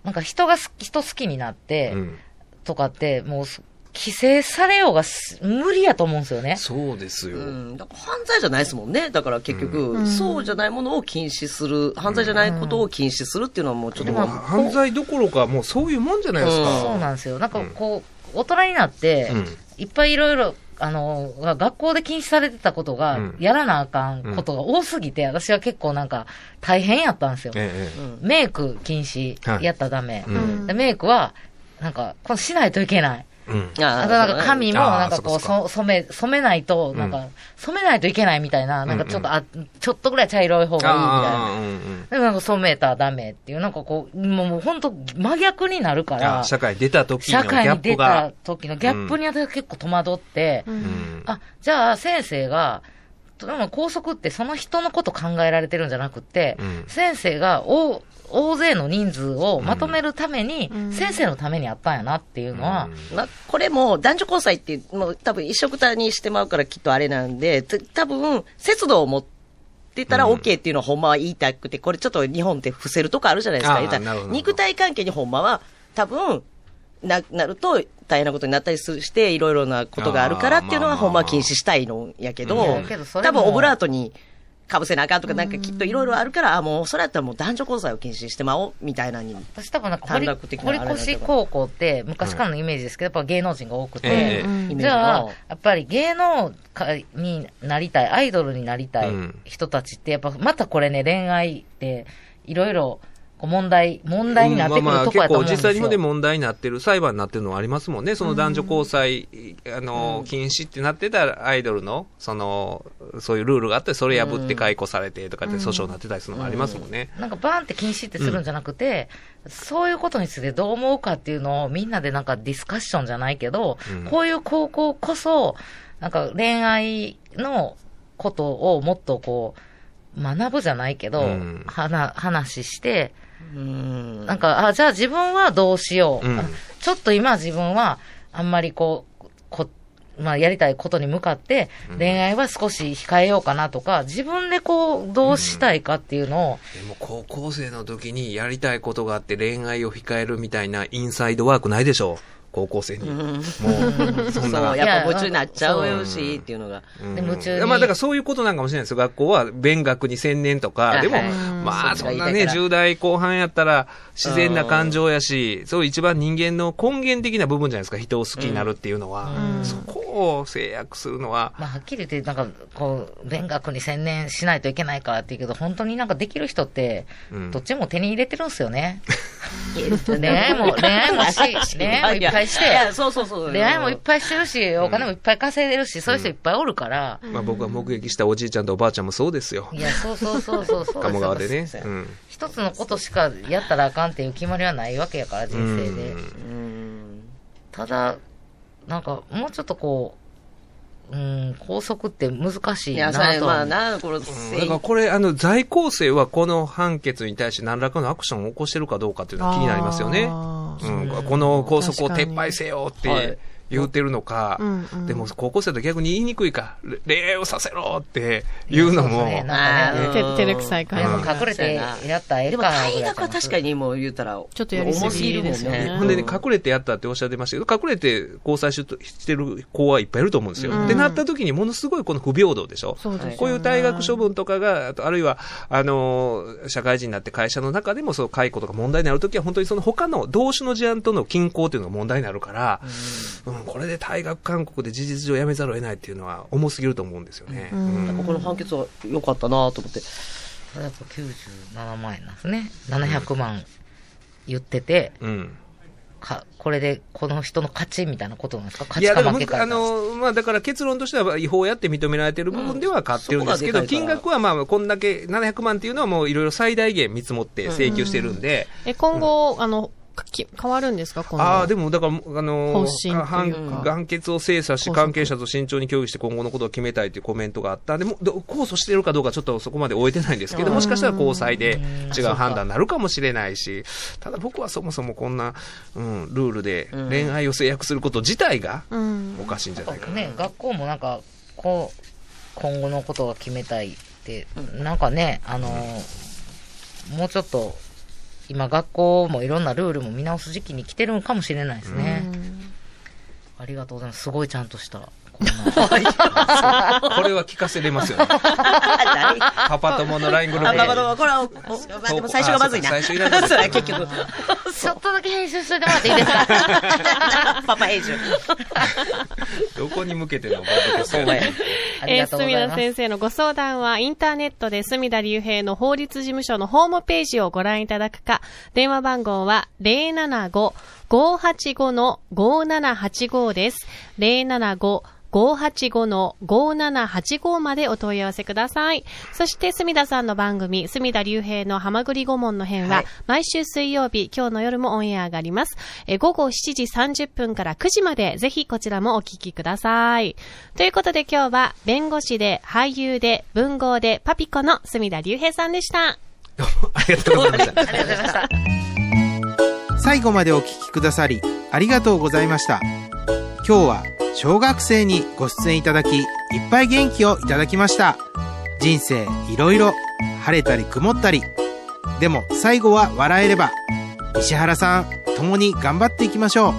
Speaker 4: なんか人が好き、人好きになって、
Speaker 8: うん。
Speaker 4: とかって、もうす、規制されようがす無理やと思うんですよね。
Speaker 8: そうですよ。
Speaker 3: うん、だから犯罪じゃないですもんね。だから結局、そうじゃないものを禁止する、犯罪じゃないことを禁止するっていうのはもうちょっと
Speaker 8: で
Speaker 3: ま
Speaker 8: も
Speaker 3: あ、
Speaker 8: 犯罪どころか、もうそういうもんじゃないです
Speaker 3: うん
Speaker 8: か。
Speaker 4: そうなんですよ。なんかこう、大人になって、
Speaker 8: うん
Speaker 4: いっぱいいろいろ、あの、が学校で禁止されてたことが、
Speaker 8: うん
Speaker 4: やらなあかんことが多すぎて、私は結構なんか、大変やったんですよ。
Speaker 8: ええ
Speaker 4: メイク禁止
Speaker 8: は、い
Speaker 4: やったらダメ。
Speaker 8: ええうん
Speaker 4: でメイクは、なんか、このしないといけない。
Speaker 8: うん
Speaker 3: あ
Speaker 4: あとなんか
Speaker 3: 神
Speaker 4: 髪も、なんか
Speaker 8: あ
Speaker 4: こ
Speaker 8: ー
Speaker 4: う、
Speaker 8: そっかそ
Speaker 4: そ
Speaker 8: っ
Speaker 4: 染め、染めないと、なんか、染めないといけないみたいな、なんかちょっと、あ、ちょっとぐらい茶色い方がいいみたいな。
Speaker 8: ああ、うんうん
Speaker 4: でもなんか染めたらダメっていう、なんかこう、もうもう本当真逆になるか
Speaker 8: あ
Speaker 4: ら
Speaker 8: あ、社会出た時の
Speaker 4: 社
Speaker 8: ギ
Speaker 4: 会に
Speaker 8: ャップ
Speaker 4: 出
Speaker 8: が
Speaker 4: た。時のギャップに私は結構戸惑って、
Speaker 8: うん
Speaker 4: あ、じゃあ先生が、でも校則ってその人のこと考えられてるんじゃなくて、
Speaker 8: うん
Speaker 4: 先生が大大勢の人数をまとめるために、
Speaker 5: ん
Speaker 4: 先生のためにあったんやなっていうのは、
Speaker 3: まあ、これも男女交際って、もう多分一色たにしてまうからきっとあれなんで、つ多分節度を持ってたら
Speaker 8: うん
Speaker 3: OK っていうのはほんまは言いたくて、これちょっと日本って伏せるとこあるじゃないです
Speaker 8: あ
Speaker 3: か。言
Speaker 8: ー
Speaker 3: うたら
Speaker 8: なるほどなるほど
Speaker 3: 肉体関係にほんまは多分な、なると大変なことになったりするして、いろいろなことがあるからっていうの
Speaker 8: あ
Speaker 3: は
Speaker 8: ー
Speaker 3: ほんまは禁止したいのやけ
Speaker 8: まあまあ
Speaker 3: ど
Speaker 8: うんいや
Speaker 4: けどそ、れ
Speaker 3: 多
Speaker 4: も
Speaker 3: 分オブラートに、かぶせなあかんとか、なんかきっといろいろあるから、あ、もう、それやったらもう男女交際を禁止してまおう、みたいなに。
Speaker 4: 私多分なんか
Speaker 3: 短
Speaker 4: 堀、
Speaker 3: 絡的なあれだと
Speaker 4: 堀越高校って昔からのイメージですけど、やっぱ芸能人が多くて、
Speaker 8: ええ
Speaker 3: イメージ
Speaker 4: じゃあ
Speaker 3: が、
Speaker 4: やっぱり芸能界になりたい、アイドルになりたい
Speaker 8: うん
Speaker 4: 人たちって、やっぱまたこれね、恋愛って、いろいろこう問題、問題になってくるとこやと思うんです
Speaker 8: まあまあ結構実際にもで
Speaker 4: よ。
Speaker 8: 問題になってる、裁判になってるのはありますもんね。その男女交際、あの、禁止ってなってたアイドルの、その、そういうルールがあって、それ破って解雇されてとかって訴訟になってたりするのもありますもんね。
Speaker 4: なんかバーンって禁止ってするんじゃなくて、そういうことについてどう思うかっていうのをみんなでなんかディスカッションじゃないけど、
Speaker 8: うん
Speaker 4: こういう高校こそ、なんか恋愛のことをもっとこう、学ぶじゃないけど、
Speaker 8: うん
Speaker 4: はな話して、
Speaker 3: うん
Speaker 4: なんか、あ、じゃあ自分はどうしよう。
Speaker 8: うん
Speaker 4: あちょっと今自分は、あんまりこう、こ、まあ、やりたいことに向かって、恋愛は少し控えようかなとか、自分でこう、どうしたいかっていうのを、
Speaker 8: でも高校生の時にやりたいことがあって恋愛を控えるみたいなインサイドワークないでしょう。高校生に。もう、そんな。
Speaker 3: そう、やっぱ夢中になっちゃうし、っていうのが。
Speaker 4: で夢中に
Speaker 8: まあだからそういうことなんかもしれないですよ。学校は勉学に専念とか、でも、
Speaker 3: はい
Speaker 8: まあ
Speaker 3: そ
Speaker 8: そ
Speaker 3: っち
Speaker 8: ん
Speaker 3: が
Speaker 8: ない
Speaker 3: い
Speaker 8: ね、
Speaker 3: だから
Speaker 8: 10代後半やったら自然な感情やし、そう一番人間の根源的な部分じゃないですか、人を好きになるっていうのは。そこを制約するのは、
Speaker 4: まあ、はっきり言って、なんか、こう、勉学に専念しないといけないからって言うけど、本当になんかできる人って
Speaker 8: うん、
Speaker 4: どっちも手に入れてるんですよね。恋愛も、恋
Speaker 3: [LAUGHS]
Speaker 4: 愛もし、恋愛もいっぱいし
Speaker 3: いやい
Speaker 4: て
Speaker 3: や、そうそうそう。
Speaker 4: 恋愛もいっぱいしてるし、お金もいっぱい稼いでるし、そういう人いっぱいおるから、
Speaker 8: まあ僕が目撃したおじいちゃんとおばあちゃんもそうですよ
Speaker 4: い。や、そうそうそうそう
Speaker 8: [LAUGHS]
Speaker 4: そう。
Speaker 8: 鴨川でね
Speaker 4: そう。そう
Speaker 8: う
Speaker 4: そう。
Speaker 8: ん。
Speaker 4: 一つのことしかやったらあかんっていう決まりはないわけやから、人生で。ただ、なんか、もうちょっとこう、うん、拘束って難し
Speaker 3: い
Speaker 4: い
Speaker 3: や、
Speaker 4: な
Speaker 3: それ、
Speaker 4: とは
Speaker 3: ま
Speaker 4: 思
Speaker 3: あ
Speaker 4: う。
Speaker 3: な、これ、
Speaker 8: だからこれ、あの、在校生はこの判決に対して何らかのアクションを起こしてるかどうかっていうのは気になりますよね。
Speaker 5: あ
Speaker 8: うん、この校則を撤廃せよっ
Speaker 3: はい
Speaker 8: て言うてるのか、
Speaker 5: うんうん
Speaker 8: でも高校生だと逆に言いにくいか、れ恋愛をさせろって言うの
Speaker 4: そう
Speaker 8: も、
Speaker 4: ですね
Speaker 3: あー
Speaker 5: て照れくさい
Speaker 4: で
Speaker 5: 感
Speaker 4: も
Speaker 5: じ。
Speaker 4: 隠れてやったらええ
Speaker 3: で
Speaker 4: か
Speaker 3: も、
Speaker 4: な
Speaker 3: 大
Speaker 4: ぐらい
Speaker 3: 学は確かにもう言うたら、
Speaker 5: ちょっとやりすぎ
Speaker 3: 重すぎるもん
Speaker 5: ですよね
Speaker 3: ね。
Speaker 8: ほんでね、隠れてやったっておっしゃってましたけど、隠れて交際ししてる子はいっぱいいると思うんですよ。ってなった時にものすごいこの不平等でしょ。
Speaker 5: そうですよね
Speaker 8: こういう退学処分とかが、あとあるいは、あのー、社会人になって会社の中でもそう解雇とか問題になるときは、本当にその他の同種の事案との均衡っていうのが問題になるから、うん、これで退学勧告で事実上やめざるを得ないっていうのは重すぎると思うんですよね。うん
Speaker 3: ここの判決は良かったなと思って。
Speaker 4: やっぱ97万円なんですね。700万言ってて、
Speaker 8: うん
Speaker 4: か、これでこの人の勝ちみたいなことなんですか勝
Speaker 8: い
Speaker 4: ち
Speaker 8: や、
Speaker 4: か
Speaker 8: だから
Speaker 4: 負
Speaker 8: む
Speaker 4: け
Speaker 8: ず、
Speaker 4: か
Speaker 8: あ
Speaker 4: みたいな。
Speaker 8: の、まあ、だから結論としては違法やって認められてる部分では買ってるんですけど、
Speaker 3: うんそこが
Speaker 8: 金
Speaker 3: でかいから
Speaker 8: 額はまあ、こんだけ700万っていうのはもういろいろ最大限見積もって請求してるんで、
Speaker 5: え、今後、あの、かき変わるんですかこの。
Speaker 8: ああ、でも、だから、あ
Speaker 5: 方針
Speaker 8: の
Speaker 5: という
Speaker 8: ー、
Speaker 5: か
Speaker 8: 判判決を精査し、
Speaker 5: 拘束
Speaker 8: 関係者と慎重に協議して今後のことを決めたいというコメントがあった。でも、ど控訴してるかどうかちょっとそこまで終えてないんですけど、もしかしたら交際で違う判断になるかもしれないし、ただ僕はそもそもこんな、うん、ルールで恋愛を制約すること自体が
Speaker 5: うん。
Speaker 8: おかしいんじゃないかな。
Speaker 4: ね、学校もなんか、こう、今後のことが決めたいって、なんかね、あのーもうちょっと、今学校もいろんなルールも見直す時期に来てるんかもしれないですね。わ、かりがとうございます。すごいちゃんと [LAUGHS] した。こんな
Speaker 8: これは聞かせれますよね。パパ友の LINE グルー
Speaker 3: あ、
Speaker 8: プ
Speaker 3: まあまあまあ、これは、おおまあでも最初がまずいな。
Speaker 8: あそうか最初いらな
Speaker 3: [LAUGHS]
Speaker 8: い
Speaker 3: そうや [LAUGHS] 結局。
Speaker 4: ちょっとだけ編集しといてもらっていいです [LAUGHS] か
Speaker 3: パパ編集。
Speaker 8: どこに向けてのバーベキュー
Speaker 3: お前
Speaker 4: あり
Speaker 5: えー、
Speaker 4: がとうござ
Speaker 5: 隅
Speaker 4: い
Speaker 5: 田
Speaker 4: ます。
Speaker 5: 先生のご相談は、インターネットで隅田隆平の法律事務所のホームページをご覧いただくか、電話番号は075-585-5785です。075-585-5785までお問い合わせください。そして、隅田さんの番組、隅田隆平のはまぐり顧問の編は、
Speaker 3: はい
Speaker 5: 毎週水曜日、今日の夜もオンエアがあります。えー午後7時30分から9時まで、ぜひこちらもお聞きください。ということで今日は、弁護士で、俳優で、文豪で、パピコの隅田隆平さんでした。
Speaker 8: どうもありがとうございました。
Speaker 3: ありがとうございました。
Speaker 2: 最後までお聞きくださりありがとうございました今日は小学生にご出演いただきいっぱい元気をいただきました人生いろいろ晴れたり曇ったりでも最後は笑えれば石原さん共に頑張っていきましょう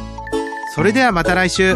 Speaker 2: それではまた来週